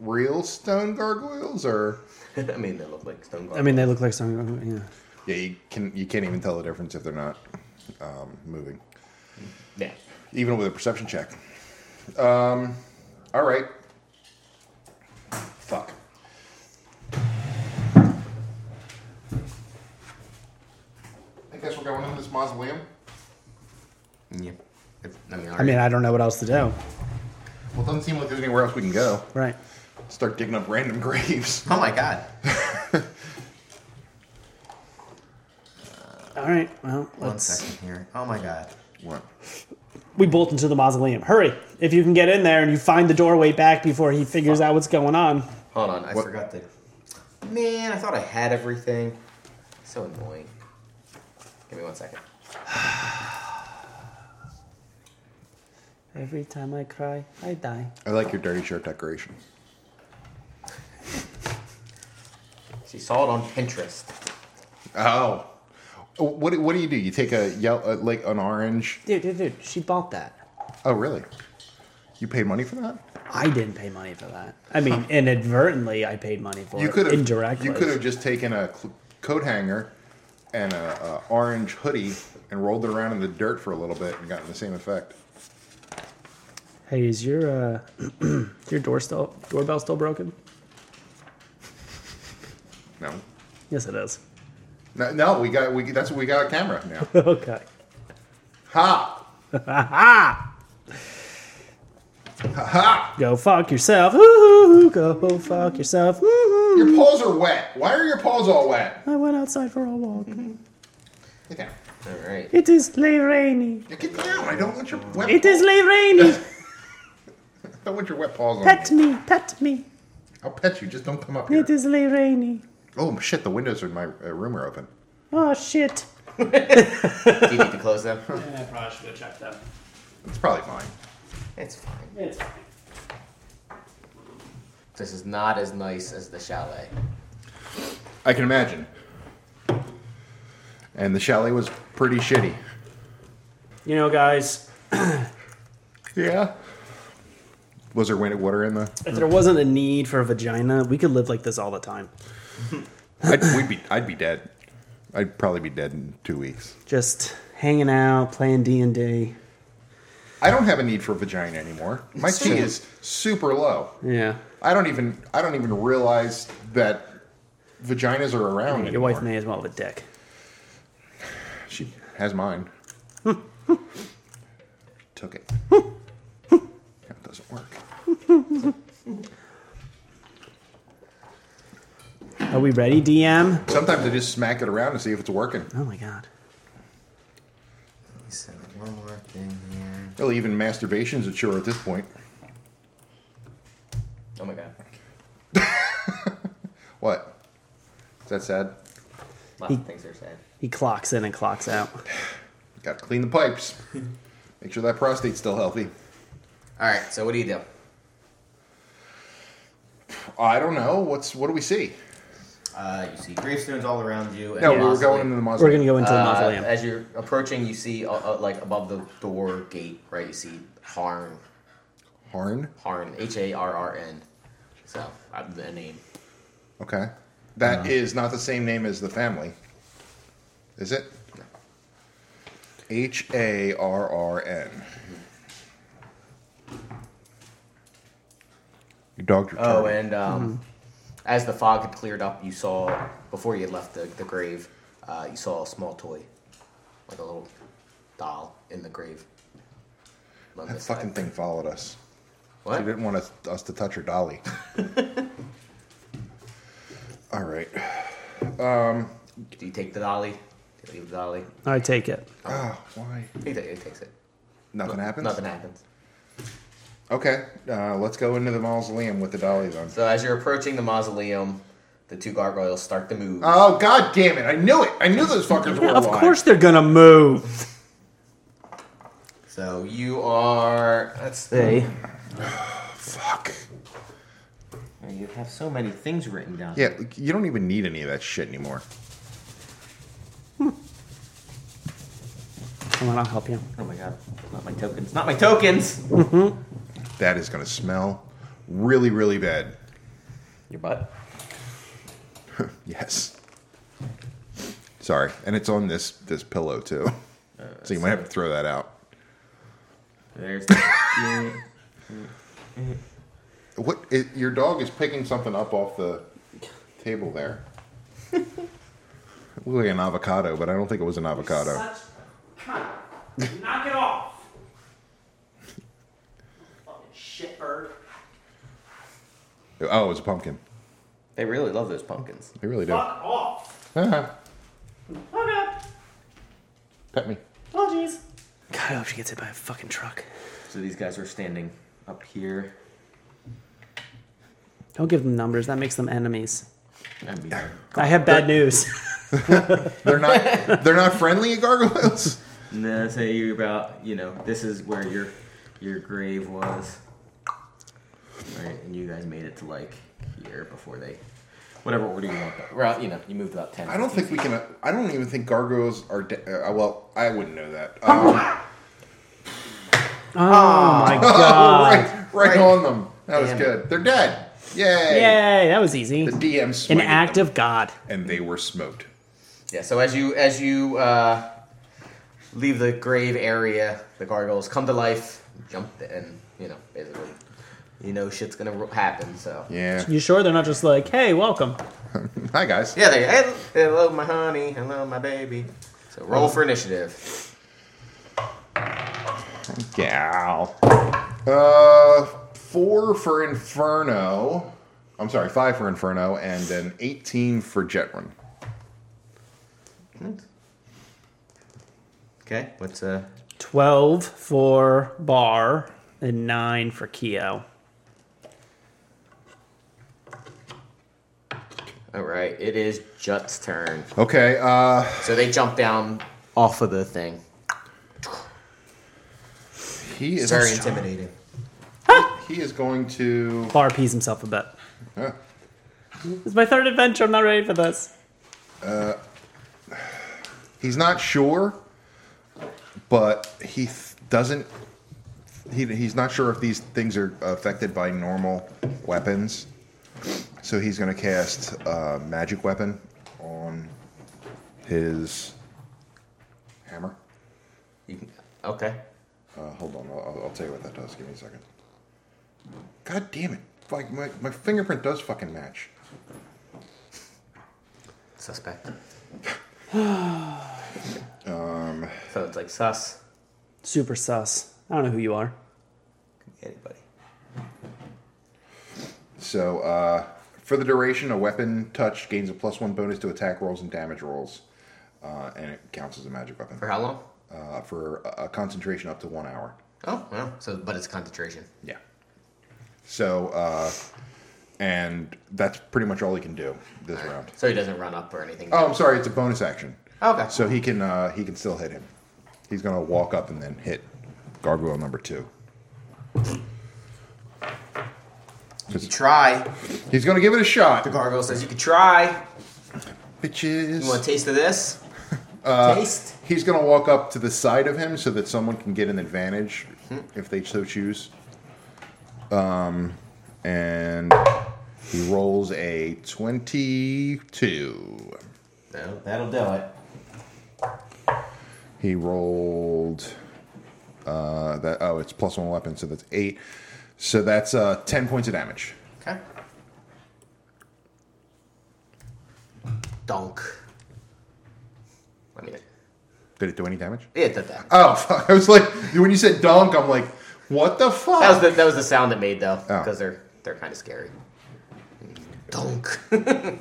S3: real stone gargoyles, or
S2: I mean, they look like stone
S4: I mean, they look like some. Yeah.
S3: yeah, you can you can't even tell the difference if they're not um, moving,
S2: yeah.
S3: even with a perception check. Um, all right. Fuck. I guess we're going in this mausoleum.
S2: Yeah. If- I mean,
S4: I mean, I don't know what else to do.
S3: Well, it doesn't seem like there's anywhere else we can go.
S4: Right.
S3: Start digging up random graves.
S2: oh my god.
S4: All right. Well,
S2: One
S4: let's-
S2: second here. Oh my god.
S3: What?
S4: we bolt into the mausoleum. Hurry! If you can get in there and you find the doorway back before he figures out what's going on.
S2: Hold on, I
S3: What-
S2: forgot to. Man, I thought I had everything. So annoying. Give me one second.
S4: Every time I cry, I die.
S3: I like your dirty shirt decoration.
S2: She saw it on Pinterest.
S3: Oh. What, what do you do? You take a yellow, uh, like an orange.
S4: Dude, dude, dude, she bought that.
S3: Oh, really? You paid money for that?
S4: I didn't pay money for that. I mean, inadvertently, I paid money for
S3: You
S4: it.
S3: could have
S4: indirectly.
S3: You could have just taken a cl- coat hanger and a, a orange hoodie and rolled it around in the dirt for a little bit and gotten the same effect.
S4: Hey, is your uh, your door still doorbell still broken?
S3: No,
S4: Yes, it is.
S3: no, no we got we. That's what we got a camera now.
S4: Okay.
S3: ha!
S4: Go fuck yourself. Ooh, go fuck yourself. Ooh,
S3: Your paws are wet. Why are your paws all wet?
S4: I went outside for a walk.
S3: Get down.
S2: All right.
S4: It is late rainy.
S3: Get down! I don't want your wet.
S4: It is late rainy.
S3: I don't want your wet paws on.
S4: Pet me, pet me.
S3: I'll pet you. Just don't come up here.
S4: It is late rainy.
S3: Oh shit! The windows in my uh, room are open.
S4: Oh shit.
S2: Do you need to close them?
S4: I probably should go check that.
S3: It's probably fine.
S2: It's fine.
S4: It's
S2: This is not as nice as the chalet.
S3: I can imagine. And the chalet was pretty shitty.
S4: You know, guys,
S3: Yeah. Was there winter water in the?
S4: if there wasn't a need for a vagina, we could live like this all the time.
S3: I'd, we'd be. I'd be dead. I'd probably be dead in two weeks.
S4: Just hanging out, playing D and D.
S3: I don't have a need for a vagina anymore. My T is super low.
S4: Yeah.
S3: I don't even. I don't even realize that vaginas are around.
S4: Your
S3: anymore.
S4: wife may as well have a dick.
S3: She has mine. Took it. that doesn't work.
S4: Are we ready, DM?
S3: Sometimes I just smack it around to see if it's working.
S4: Oh my god.
S2: He said one more thing here.
S3: Well, even masturbation's a chore at this point.
S2: Oh my god.
S3: What? Is that sad?
S2: Lots of things are sad.
S4: He clocks in and clocks out.
S3: Got to clean the pipes. Make sure that prostate's still healthy.
S2: All right. So what do you do?
S3: I don't know. What's what do we see?
S2: Uh, you see gravestones all around you. And
S3: No, we were
S2: possibly-
S3: going into the
S4: We're
S3: mausoleum.
S4: gonna go into the
S2: Uh,
S4: mausoleum.
S2: As you're approaching, you see uh, uh, like above the door gate, right? You see Harn,
S3: Harn.
S2: Harn, H A R R N. So uh, the name.
S3: Okay, that is not the same name as the family, is it? H A R R N. Your dog.
S2: Oh, and um,
S3: Mm-hmm.
S2: as the fog had cleared up, you saw before you had left the, the grave, uh, you saw a small toy, like a little doll in the grave. On
S3: that
S2: this side.
S3: fucking thing followed us.
S2: What?
S3: She didn't want us, us to touch her dolly. All right.
S2: Do you take the dolly? Do you leave the dolly?
S4: I take it.
S3: Oh, why?
S2: He, ta- he takes it.
S3: Nothing happens.
S2: Nothing happens.
S3: Okay, uh, let's go into the mausoleum with the dollies on.
S2: So as you're approaching the mausoleum, the two gargoyles start to move.
S3: Oh god damn it! I knew it! I knew those fuckers were
S4: Of
S3: alive.
S4: course they're gonna move.
S2: So you are. Let's see.
S3: Fuck.
S2: You have so many things written down.
S3: Yeah, you don't even need any of that shit anymore.
S4: Come on, I'll help you.
S2: Oh my god. Not my tokens. Not my tokens.
S3: That is gonna smell really, really bad.
S2: Your butt.
S3: Yes. Sorry, and it's on this this pillow too, Uh, so you might have to throw that out.
S2: There's. The,
S3: What it, your dog is picking something up off the table there? It looked like an avocado, but I don't think it was an avocado.
S4: Knock it off. Fucking shitbird.
S3: Oh, it was a pumpkin.
S2: they really love those pumpkins.
S3: They really do.
S4: Fuck off.
S3: Ah,
S4: Oh god.
S3: pet me.
S4: Oh jeez. God, I hope she gets hit by a fucking truck.
S2: So these guys are standing up here.
S4: Don't give them numbers. That makes them enemies.
S2: I mean,
S4: I have bad news.
S3: They're not. they're not friendly gargoyles.
S2: and then I say you about you know this is where your your grave was, right? And you guys made it to like here before they, whatever order you want. But, well, you know, you moved about ten.
S3: I don't think we can. I don't even think gargoyles are. De- uh, well, I wouldn't know that. Um,
S4: Oh my god.
S3: right, right on them. That was
S2: Damn it.
S3: good. They're dead. Yay!
S4: Yay, that was easy.
S3: The DM smited
S4: An act
S3: them,
S4: of God.
S3: and they were smoked.
S2: Yeah. So as you as you uh, leave the grave area, the gargoyles come to life, jump, and you know basically, you know shit's gonna ro- happen. So
S3: Yeah.
S4: You sure they're not just like, hey, welcome?
S3: Hi guys.
S2: yeah, they hey, hello my honey, hello my baby. So roll for initiative.
S3: Gal. Uh, four for Inferno. I'm sorry, five for Inferno, and an 18 for Jetrun.
S2: Okay, what's uh?
S4: 12 for Bar and 9 for Keo.
S2: All right, it is Jut's turn.
S3: Okay. Uh,
S2: So they jump down off of the thing.
S3: he is
S2: Very intimidating.
S3: He is going to.
S4: Bar pees himself a bit.
S3: Uh,
S4: It's my third adventure. I'm not ready for this.
S3: he's not sure, but he th- doesn't. He, he's not sure if these things are affected by normal weapons, so he's going to cast uh, magic weapon on his hammer.
S2: You can, okay.
S3: Uh, hold on, I'll- I'll, I'll tell you what that does. Give me a second. God damn it! Like my, my fingerprint does fucking match.
S2: Suspect. um. So it's like sus.
S4: Super sus. I don't know who you are.
S2: Anybody.
S3: So uh, for the duration, a weapon touch gains a plus one bonus to attack rolls and damage rolls, uh, and it counts as a magic weapon
S2: For how long?
S3: uh, for a, a concentration up to one hour.
S2: Oh, well. So, but it's concentration.
S3: Yeah. So uh, and that's pretty much all he can do this round.
S2: So he doesn't run up or anything.
S3: Oh, I'm sorry, it's a bonus action.
S2: Okay.
S3: So he can uh, he can still hit him. He's gonna walk up and then hit gargoyle number two.
S2: you try.
S3: He's gonna give it a shot.
S2: The gargoyle says you can try. You want a
S3: Bitches.
S2: taste of this? taste.
S3: He's gonna walk up to the side of him so that someone can get an advantage if they so choose. Um, and he rolls a twenty-two.
S2: No, that'll do it.
S3: He rolled. Uh, that oh, it's plus one weapon, so that's eight. So that's uh, ten points of damage.
S2: Okay. Dunk. I mean,
S3: Did it do any damage?
S2: yeah, it did that.
S3: Oh, fuck. I was like, when you said dunk, I'm like, what the fuck?
S2: That was the that was the sound it made though,
S3: Oh.
S2: because they're they're kind of scary. Dunk.
S3: I,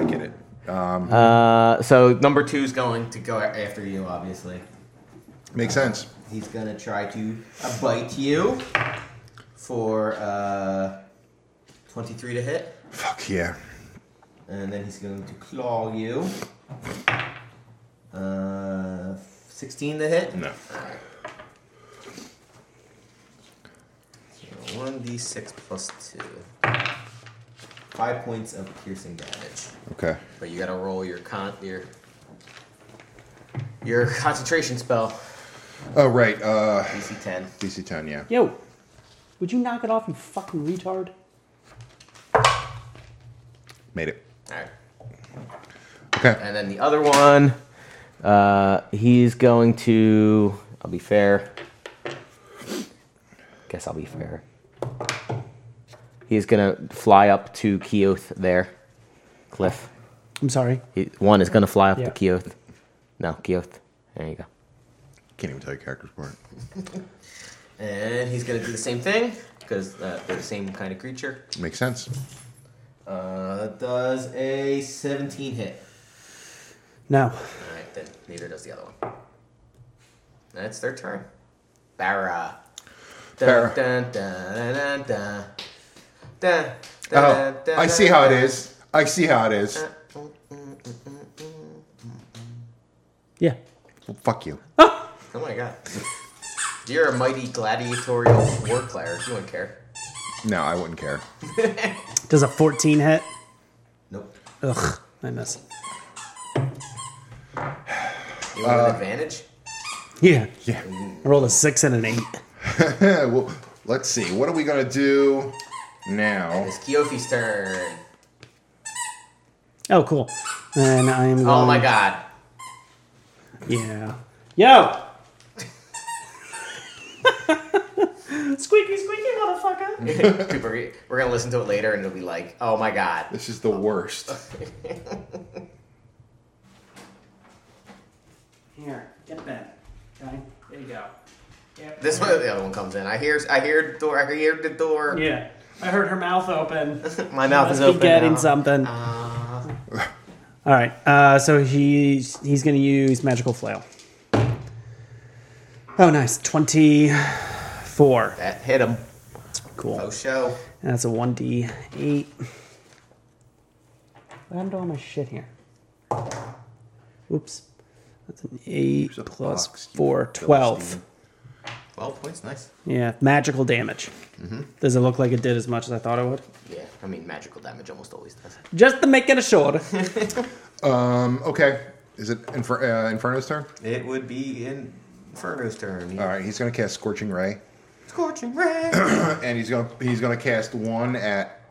S3: I get it.
S2: uh, so number two's going to go a- after you, obviously.
S3: Makes sense.
S2: He's gonna try to uh, bite you for uh, twenty-three to hit,
S3: Fuck yeah.
S2: and then he's going to claw you. Uh, sixteen to hit.
S3: No.
S2: One d six plus two. Five points of piercing damage.
S3: Okay.
S2: But you gotta roll your con your your concentration spell.
S3: Oh, right. Uh,
S2: DC ten.
S3: DC 10, yeah.
S4: Yo, would you knock it off, you fucking retard?
S3: Made it.
S2: All right.
S3: Okay.
S2: And then the other one, uh, he's going to. I'll be fair. Guess I'll be fair. He's gonna fly up to Keoth there, Cliff.
S4: I'm sorry.
S2: He, one is gonna fly up to
S4: Yeah.
S2: Keoth. No, Keoth. There you go.
S3: Can't even tell your characters apart.
S2: And he's gonna do the same thing because uh, they're the same kind of creature.
S3: Makes sense.
S2: Uh, that does a 17 hit.
S4: No.
S2: All right, then neither does the other one. That's their turn. Barra.
S3: Barra.
S2: Dun, dun, dun, dun, dun. Dun, dun,
S3: Oh,
S2: dun,
S3: I see
S2: dun,
S3: how it
S2: dun.
S3: is. I see how it is.
S4: Yeah.
S3: Well, fuck you.
S2: Oh my god. You're a mighty gladiatorial war cleric. You wouldn't care.
S3: No, I wouldn't care.
S4: Does a 14 hit?
S2: Nope.
S4: Ugh. I miss.
S2: You want
S3: Uh,
S2: an advantage?
S4: Yeah.
S3: Yeah.
S4: I rolled a six and an eight.
S3: well, let's see. What are we gonna do now?
S2: It's Kyofi's turn.
S4: Oh, cool. And I am going.
S3: um,
S2: Oh my god.
S4: Yeah. Yo! squeaky, squeaky, motherfucker.
S2: Cooper, we're gonna listen to it later and it'll be like, oh my god.
S3: This is the worst.
S4: Here, get that. Okay, there you go. Yep.
S2: This one, the other one comes in. I hear, I hear door. I hear the door.
S4: Yeah. I heard her mouth open.
S2: My mouth is
S4: Must
S2: open.
S4: be getting
S2: now. Uh,
S4: something. All right. Uh, so he's he's going to use magical flail. Oh, nice. Twenty-four.
S2: That hit him. Oh,
S4: Cool.
S2: show.
S4: And that's a one d eight. What happened to all my shit here? Oops. That's an eight
S3: a
S4: plus
S3: box, you
S4: four. Twelve.
S3: Philistine.
S2: 12 points, nice.
S4: Yeah, magical damage.
S3: Mm-hmm.
S4: Does it look like it did as much as I thought it would?
S2: Yeah, I mean, magical damage almost always does.
S4: Just to make it a short.
S3: Um. Okay. Is it Infer- uh, Inferno's turn?
S2: It would be in Inferno's turn.
S3: All right. He's gonna cast Scorching Ray,
S2: Scorching red.
S3: and he's gonna he's gonna cast one at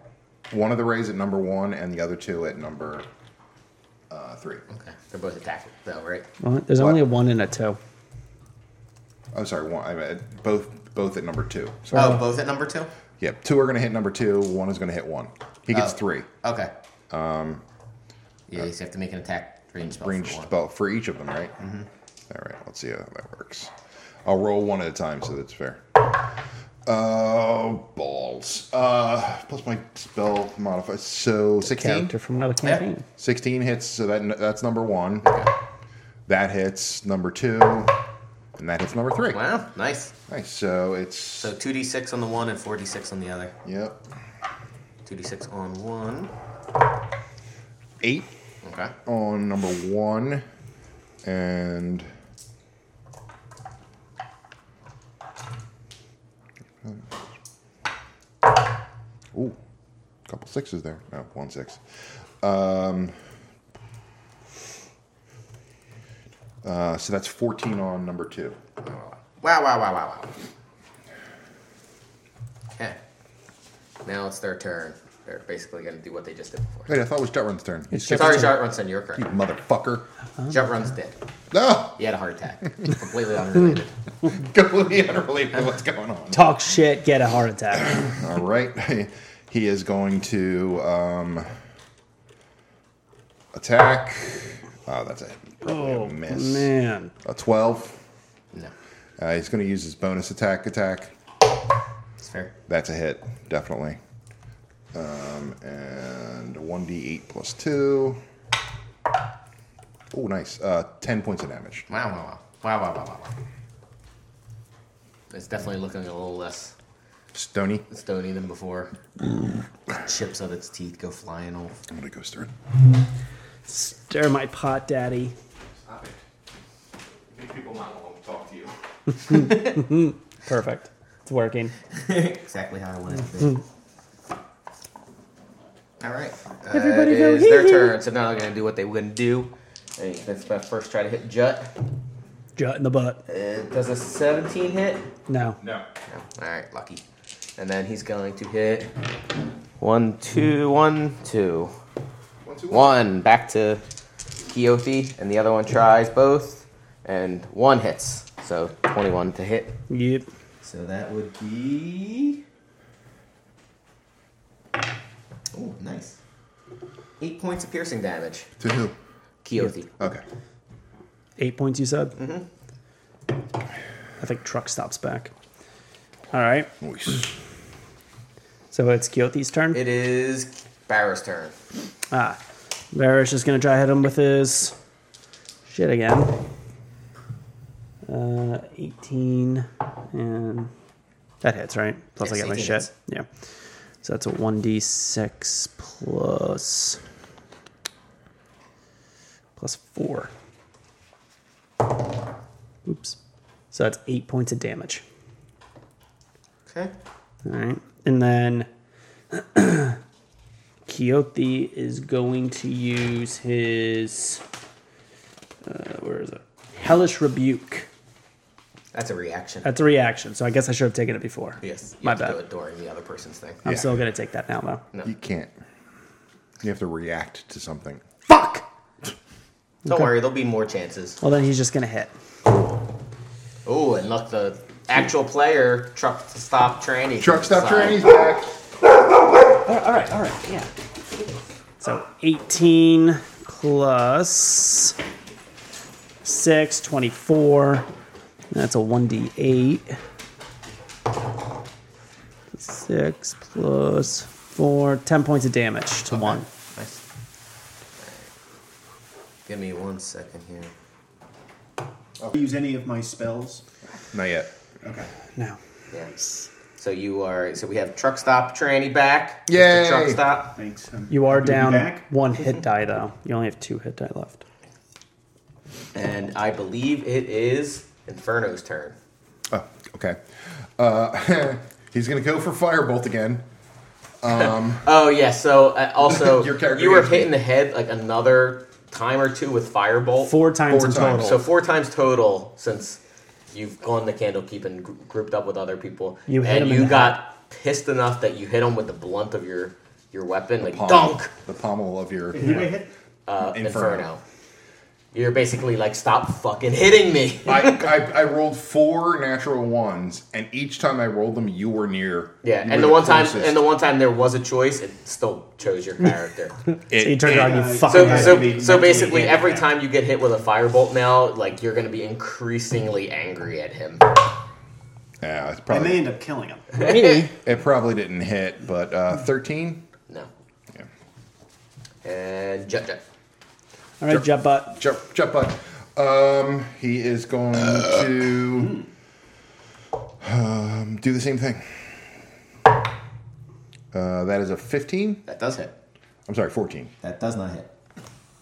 S3: one of the rays at number one, and the other two at number uh, three.
S2: okay, they're both attacking, though, right?
S4: Well, there's
S3: What?
S4: only a one and a two.
S3: I'm sorry. One. I meant both both at number two. So
S2: Oh, both at number two?
S3: yep. Two are gonna hit number two. One is gonna hit one. He gets
S2: Oh.
S3: three.
S2: Okay. Um. Yeah, you just have to make an attack range spell.
S3: range
S2: for one.
S3: spell for each of them, right? Mm-hmm. right, let's see how that works. I'll roll one at a time, so that's fair. Oh, balls. Uh, plus my spell modifier. So 16?
S4: Character from another campaign.
S3: 16 hits, so that that's number one. That hits number two, and that hits number three.
S2: Wow, nice.
S3: Nice, so it's.
S2: So 2d6 on the one and 4d6 on the other.
S3: yep.
S2: 2d6 on one.
S3: Eight
S2: Okay.
S3: on number one, and. Ooh, couple sixes there. No, one six. Um, uh, so that's 14 on number two.
S2: Wow, wow, wow, wow, wow. Okay. Now it's their turn. They're basically going to do what they just did before.
S3: Wait, I thought it was Jutron's turn. You skipped
S2: Sorry,
S3: it.
S2: Jart runs in. You're
S3: You
S2: correct.
S3: motherfucker. Ah,
S2: Jart runs dead.
S3: No!
S2: He had a heart attack. Completely unrelated.
S3: Completely unrelated to what's going on.
S4: Talk shit, get a heart attack.
S3: All right. He is going to um, attack. Oh, that's a, probably
S4: oh
S3: a miss.
S4: man,
S3: A 12.
S2: No,
S3: Uh, he's going to use his bonus attack attack.
S2: it's fair.
S3: That's a hit, definitely. Um, and 1d8 plus 2. Oh, nice. Uh, 10 points of damage.
S2: Wow, wow, wow, wow, wow, wow, wow, wow. It's definitely looking a little less
S3: Stony.
S2: stony than before. Chips of its teeth go flying off.
S3: I'm going to go stir it.
S4: stir my pot, daddy.
S3: Stop it. Make people not want to talk to you.
S4: Perfect, it's working.
S2: Exactly how I wanted it to be. All right, uh,
S4: Everybody
S2: it
S4: go
S2: is their
S4: hee hee.
S2: turn. So now they're gonna do what they wouldn't do. Hey, that's my first try to hit Jut.
S4: Jut in the butt.
S2: It does a 17 hit.
S4: No,
S2: No.
S3: No.
S2: All right, lucky. And then he's going to hit one, two, one, two. One back to Keothi, and the other one tries both, and one hits. So 21 to hit.
S4: Yep.
S2: So that would be. Oh, nice. Eight points of piercing damage.
S3: To who?
S2: Keothi.
S3: Okay.
S4: Eight points, you said? Mm-hmm. I think truck stops back. All right.
S3: Nice.
S4: So it's Keothi's turn.
S2: It is Barra's turn.
S4: ah. Varish is going to try hit him with his shit again. Uh, 18. And that hits, right? Plus
S2: Yes,
S4: I get my
S2: 18
S4: shit.
S2: hits.
S4: Yeah. So that's a 1d6 plus. Plus 4. Oops. So that's 8 points of damage.
S2: Okay.
S4: All right. And then Keothi is going to use his. Uh, where is it? Hellish Rebuke.
S2: That's a reaction.
S4: That's a reaction, so I guess I should have taken it before.
S2: yes. You
S4: My
S2: have to
S4: bad.
S2: do it during the other person's thing.
S4: I'm
S3: Yeah.
S4: still going to take that now, though.
S3: You can't. You have to react to something.
S4: Fuck!
S2: Don't worry, there'll be more chances.
S4: Well, then he's just going to hit.
S2: Oh, and look, the actual player, Truck Stop Tranny.
S3: Truck stop
S2: Sorry.
S3: tranny's back.
S4: All right, all right, yeah. So 18 plus 6, 24. That's a 1d8. 6 plus 4, 10 points of damage to 1.
S2: Nice. Give me one second here.
S5: Use any of my spells?
S3: Not yet.
S5: Okay.
S4: No.
S2: Yes. So you are. So we have truck stop tranny back.
S3: Yay.
S2: Mr. Truck stop.
S5: Thanks. I'm
S4: You are
S5: happy to be
S4: down
S5: back.
S4: one hit die, though. You only have two hit die left.
S2: And I believe it is Inferno's turn.
S3: Oh, okay. Uh, he's gonna go for firebolt again.
S2: Oh yeah. So uh, also,
S3: Your character
S2: you were
S3: gave-
S2: hitting the head like another time or two with firebolt.
S4: Four times
S3: Four
S4: in
S3: times.
S4: total.
S2: So four times total since you've gone to candlekeep and gr- grouped up with other people.
S4: You hit
S2: and
S4: him in
S2: you
S4: the
S2: got pissed enough that you hit him with the blunt of your your weapon, like
S3: Pommel-
S2: dunk
S3: The pommel of your
S5: Who do I hit?
S2: uh,
S3: Inferno.
S2: Inferno. You're basically like, stop fucking hitting me.
S3: I, I, I rolled four natural ones, and each time I rolled them, you were near.
S2: Yeah,
S3: you were
S2: and the one time,
S3: closest.
S2: and the one time there was a choice, it still chose your character.
S4: So you turned around, you
S5: Yeah,
S4: fucking
S2: so,
S5: Yeah.
S4: hit.
S2: so,
S5: Mentally
S2: so basically, every
S5: handicapped.
S2: time you get hit with a firebolt now, like you're gonna be increasingly angry at him.
S3: yeah, it
S5: I may
S3: probably,
S5: end up killing him.
S4: Maybe.
S3: it probably didn't hit, but uh, thirteen.
S2: No,
S3: Yeah.
S2: and Jet Jet.
S4: All right, Jet Butt.
S3: Jump, jump up. Um, he is going to um, do the same thing. Uh, that is a fifteen.
S2: That does hit.
S3: I'm sorry, fourteen.
S1: That does not hit.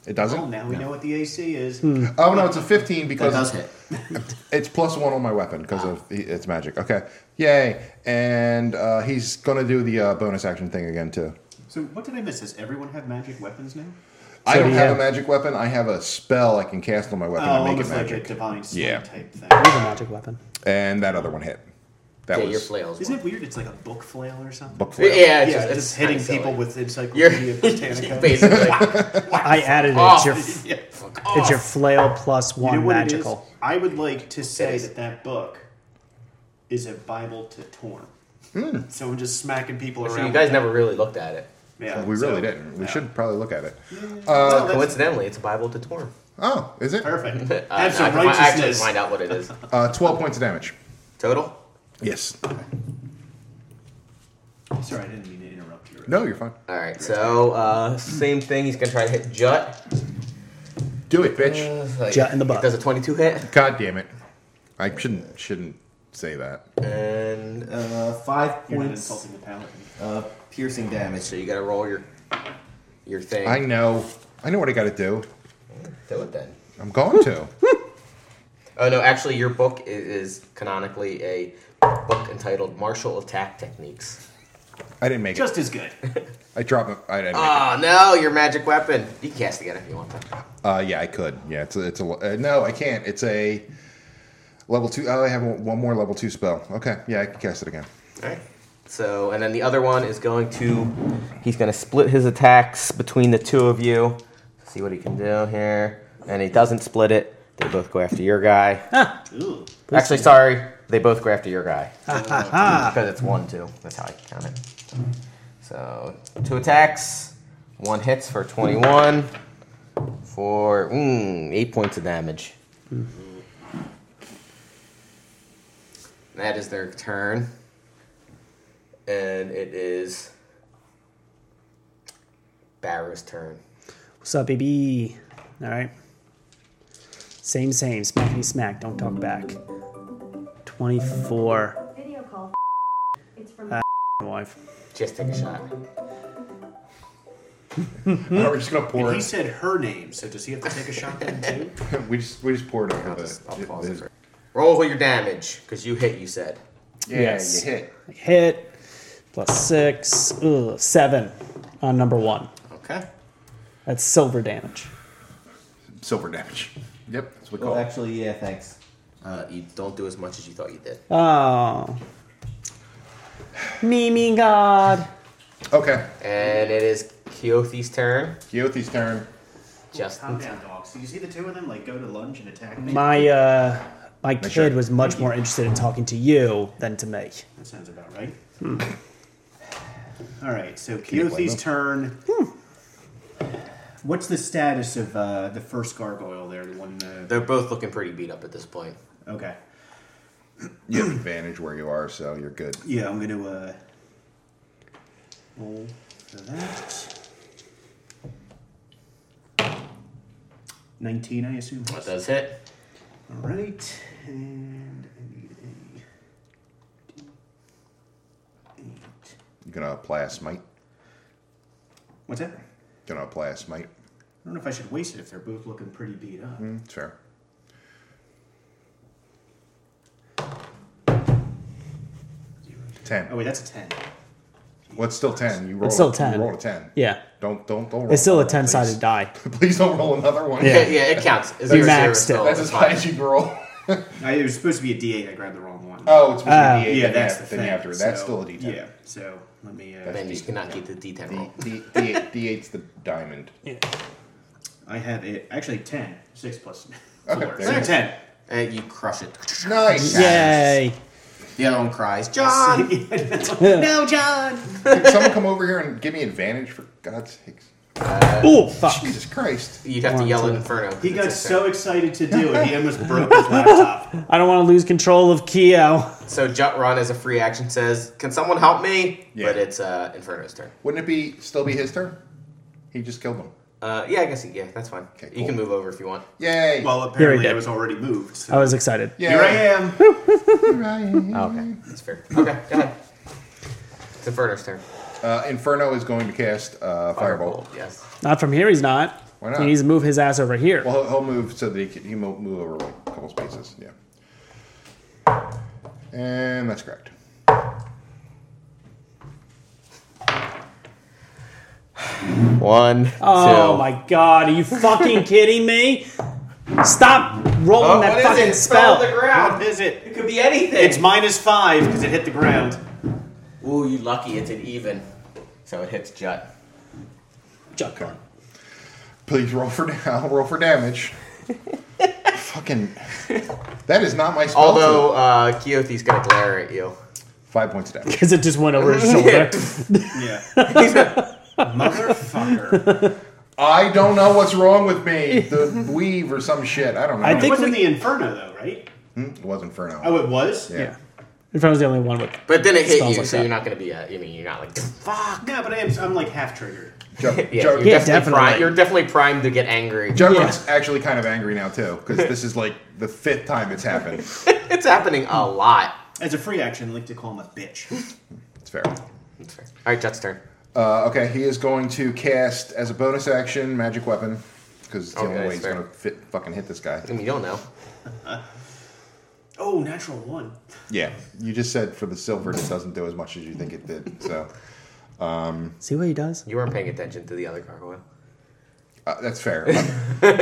S3: It
S5: Oh,
S3: doesn't.
S5: now we know what the AC is.
S4: Hmm.
S3: Oh no, it's a fifteen
S1: That
S3: because
S1: does hit.
S3: It's plus one on my weapon because of it's magic. Okay, yay! And uh, he's gonna do the uh, bonus action thing again too.
S5: So what did I miss? Does everyone have magic weapons now?
S3: I
S4: So
S3: don't
S4: do you
S3: have a
S4: have-
S3: magic weapon. I have a spell I can cast on my weapon
S5: uh, Oh,
S3: and make it
S5: almost like
S3: magic.
S5: a divine sling
S3: Yeah.
S5: type thing.
S4: He's a magic weapon.
S3: and that other one hit. That
S2: Yeah, your
S3: was
S2: flails.
S5: Isn't
S2: won.
S5: it weird? It's like a book flail or something.
S3: book
S2: Yeah,
S3: flip.
S2: it's
S5: yeah,
S2: just,
S5: just,
S2: it's
S5: hitting
S2: kinda silly.
S5: people with
S2: You're
S5: Encyclopedia Britannica.
S2: basically.
S4: I added it.
S2: off.
S4: It's your,
S5: yeah.
S4: it's your flail plus
S5: Oh. You
S4: one
S5: know what it is?
S4: magical.
S5: I would like to say
S2: is.
S5: that that book is a Bible to Torn. So I'm just smacking people
S2: Hmm. So
S5: around.
S2: you guys never really looked at it.
S5: yeah,
S3: We
S5: so-
S3: really didn't. We
S5: yeah.
S3: should probably look at it.
S2: Oh,
S5: Well, Oh, that's-
S2: Coincidentally, it's a Bible to Torm.
S3: Oh, is it?
S5: Perfect.
S2: Uh, no,
S5: That's
S2: I
S5: some
S2: can fi- I actually
S5: righteousness.
S2: find out what it is.
S3: Uh, Twelve points of damage.
S2: Total.
S3: Yes.
S5: Sorry, I didn't mean to interrupt you.
S3: No, you're fine.
S2: All right, so uh, same thing. He's gonna try to hit Jut.
S3: Do it, bitch.
S2: It's like-
S4: Jut in the butt.
S2: Does a twenty-two hit?
S3: God damn it! I shouldn't shouldn't say that.
S2: And uh,
S1: Uh, five
S5: You're not
S1: points
S5: insulting the paladin.
S1: of piercing damage.
S2: so you gotta roll your your thing.
S3: I know. I know what I got to do.
S2: Do it then.
S3: I'm going to.
S2: Oh no, actually, your book i- is, is canonically a book entitled "Martial Attack Techniques."
S3: I didn't make it.
S5: Just as good.
S3: I dropped. my- I didn't make it.
S2: Oh no, your magic weapon. You can cast again if you want to.
S3: Uh, yeah, I could. Yeah, it's a, it's a uh, no, I can't. It's a level two. Oh, I have one one more level two spell. Okay, yeah, I can cast it again.
S2: All right. So, and then the other one is going to. He's going to split his attacks between the two of you. See what he can do here. And he doesn't split it. They both go after your guy.
S5: Ooh.
S2: Actually, sorry. They both go after your guy. because it's one, two. That's how I count it. So, two attacks. One hits for 21 for mm, eight points of damage. That is their turn. And it is Barrow's turn.
S4: What's up, baby? All right. Same, same. Smackety smack. Don't talk back. 24.
S6: Video call. It's from
S4: Wife.
S2: Just take a shot. Hmm?
S3: We're just gonna pour
S5: He
S3: it.
S5: said her name, so does he have to take a shot then too?
S3: We just we just poured over
S2: just- I'll
S3: the.
S2: pause it
S3: his-
S2: for- Roll your damage, because you hit, you said.
S3: Yeah,
S4: Yes.
S3: you hit.
S4: Hit. Plus six. Ugh, seven on number one.
S2: Okay.
S4: That's silver damage.
S3: Silver damage. Yep, that's what we
S2: Well,
S3: call it.
S2: actually, yeah, thanks. Uh, you don't do as much as you thought you did.
S4: Oh. Me, me, God.
S3: Okay,
S2: And it is Keothi's turn.
S3: Keothi's turn.
S2: Just
S5: Calm down, dogs. Did you see the two of them like go to lunge and attack me?
S4: My, uh, my kid
S3: sure.
S4: was much more interested in talking to you than to me.
S5: That sounds about right. All right, so
S3: you Hmm. blame
S5: Keothi's
S3: him? Hmm.
S5: turn. What's the status of uh, the first gargoyle there? The one. Uh,
S2: they're both looking pretty beat up at this point.
S5: okay.
S3: You have advantage where you are, so you're good.
S5: Yeah, I'm gonna uh, roll for that. Nineteen, I assume.
S2: What does hit?
S5: All right, and I need a eight.
S3: You're gonna apply a smite.
S5: What's that? I
S3: Gonna apply a smite.
S5: don't know if I should waste it if they're both looking pretty beat up.
S3: Mm, Sure.
S5: Oh
S3: Ten.
S5: Oh, wait, that's a ten.
S3: Well, it's still ten. You roll.
S4: still
S3: you
S4: 10.
S3: rolled a ten.
S4: Yeah.
S3: Don't don't don't. Roll
S4: It's still a
S3: another one,
S4: 10 sided die.
S3: Please. please don't roll another one.
S2: Yeah, yeah, it counts. Zero,
S4: maxed it.
S2: so
S3: That's
S2: it's
S3: as high
S2: fine.
S3: as you can roll.
S5: I, it was supposed to be a D eight. I grabbed the wrong one.
S3: Oh, it's between
S4: Ah.
S3: D8
S5: yeah,
S3: and
S5: that's
S3: F,
S5: the
S3: then
S5: thing.
S3: after. That's
S5: So,
S3: still a D10.
S5: Yeah. So let me. Uh,
S2: Then you cannot get the D10 roll.
S3: D, D, D8's the diamond.
S5: I have it actually ten. Six plus
S3: Okay,
S5: four.
S3: there you
S5: So
S3: go.
S5: ten.
S2: And you crush it.
S3: Nice.
S4: Yay.
S2: The other one cries, John!
S5: no, John.
S3: Can someone come over here and give me advantage for God's sakes.
S4: Oh, fuck.
S3: Jesus Christ.
S2: You'd have to
S4: One,
S2: yell at
S4: two.
S2: Inferno. 'cause
S5: He
S2: it's
S5: got
S2: his
S5: so excited to do it, he almost broke his laptop.
S4: I don't want to lose control of Keo.
S2: turn. So Jut Run as a free action says, Can someone help me?
S3: Yeah.
S2: But it's uh, Inferno's turn.
S3: Wouldn't it be still be his turn? He just killed him.
S2: Uh, yeah, I guess, he- yeah, that's fine.
S3: Okay,
S2: You can
S3: cool.
S2: move over if you want.
S3: Yay.
S5: Well, apparently
S4: did.
S5: I was already moved. So.
S4: I was excited.
S3: Yay.
S5: Here I am.
S3: Here I am.
S2: Okay, that's fair. Okay, go ahead. It's Inferno's turn.
S3: Uh, Inferno is going to cast uh, Firebolt.
S2: Yes.
S4: Not from here, he's not.
S3: Why not?
S4: He needs to move his ass over here.
S3: Well, he'll, he'll move so that he can he will move over like a couple spaces. Yeah. And that's correct.
S2: One.
S4: oh my god, are you fucking kidding me? Stop
S3: Oh,
S4: rolling that fucking spell.
S5: What is it?
S2: It could be anything.
S5: It's minus five because it hit the ground.
S2: Ooh, you lucky. It's an even. So it hits Jut.
S4: Junk.
S3: Please roll for I'll roll for damage. Fucking. That is not my spell.
S2: Although uh, Keothi's gonna glare at you.
S3: Five points of damage.
S4: Because it just went over his shoulder.
S5: Yeah. Motherfucker.
S3: I don't know what's wrong with me. The weave or some shit. I don't know.
S4: I
S5: It
S4: think-
S5: was in the Inferno though, right?
S3: it was Inferno.
S5: Oh, it was.
S3: yeah.
S4: yeah. Inferno's the only one with.
S2: But then it hit
S4: Spells
S2: you,
S4: like
S2: so
S4: that.
S2: you're not gonna be. Uh, I mean, you're not like.
S5: Fuck. No, but I am, I'm like half triggered.
S3: Jo-
S2: Yeah,
S3: Jo-
S2: you're,
S4: Yeah,
S2: definitely Primed,
S4: definitely.
S2: you're definitely primed to get angry.
S3: Juggernaut's actually kind of angry now too, because this is like the fifth time it's happened.
S2: it's happening a lot.
S5: As a free action, I like to call him a bitch.
S3: It's fair.
S2: That's fair. All right, Jut's turn.
S3: Uh, okay, he is going to cast as a bonus action magic weapon because it's the
S2: Okay,
S3: only way he's
S2: fair.
S3: going to fit, fucking hit this guy.
S2: I mean, you don't know.
S5: Oh, natural one.
S3: Yeah, you just said for the silver it doesn't do as much as you think it did. So
S4: See what he does?
S2: You weren't paying attention to the other gargoyle.
S3: uh, that's fair.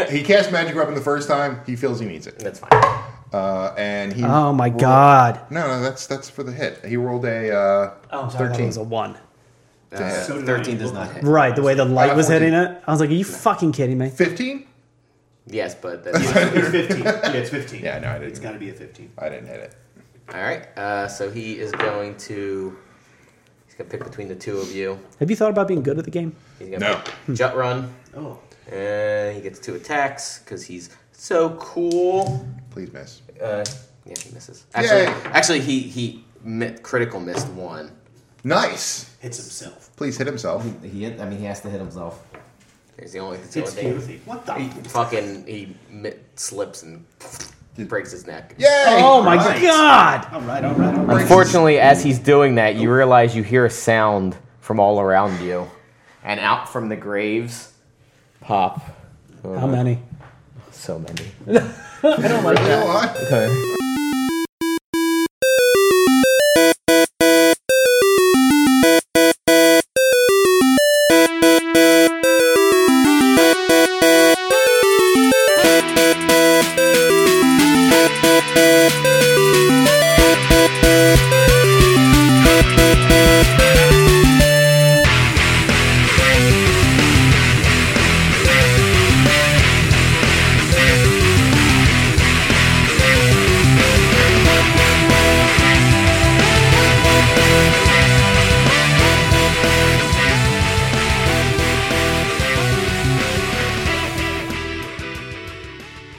S3: he cast magic weapon the first time. He feels he needs it.
S2: That's fine.
S3: Uh, and he.
S4: Oh my
S3: rolled-
S4: god.
S3: No, no, that's that's for the hit. He rolled a uh,
S4: Oh, sorry, that was a one.
S2: Uh,
S5: So did I.
S2: 13 does not hit.
S4: Right, the way the
S3: Uh,
S4: light was
S3: 14.
S4: hitting it, I was like, "Are you fucking kidding me?"
S3: fifteen.
S2: Yes, but that's
S5: It's 15. Yeah, it's 15.
S3: Yeah, no, I didn't.
S5: It's got to be a 15.
S3: I didn't hit it.
S2: All right. Uh, so he is going to. He's gonna pick between the two of you.
S4: Have you thought about being good at the game?
S2: He's gonna
S3: No.
S2: pick jut run,
S5: Oh.
S2: and he gets two attacks because he's so cool.
S3: Please miss.
S2: Uh, yeah, he misses. Actually,
S3: Yay.
S2: actually, he he mi- critical missed one.
S3: Nice.
S5: Hits himself.
S3: Please hit himself.
S1: He, I mean, he has to hit himself.
S2: He's the only. It's the
S5: Hits
S2: only thing.
S5: Timothy. What the?
S2: He fucking he mi- slips and breaks his neck.
S3: Yay!
S4: Oh my
S3: Christ.
S4: god!
S5: All right, all right, all right.
S2: Unfortunately, as he's doing that, you realize you hear a sound from all around you, and out from the graves pop
S4: How many?
S2: so many.
S3: Go on.
S2: Okay.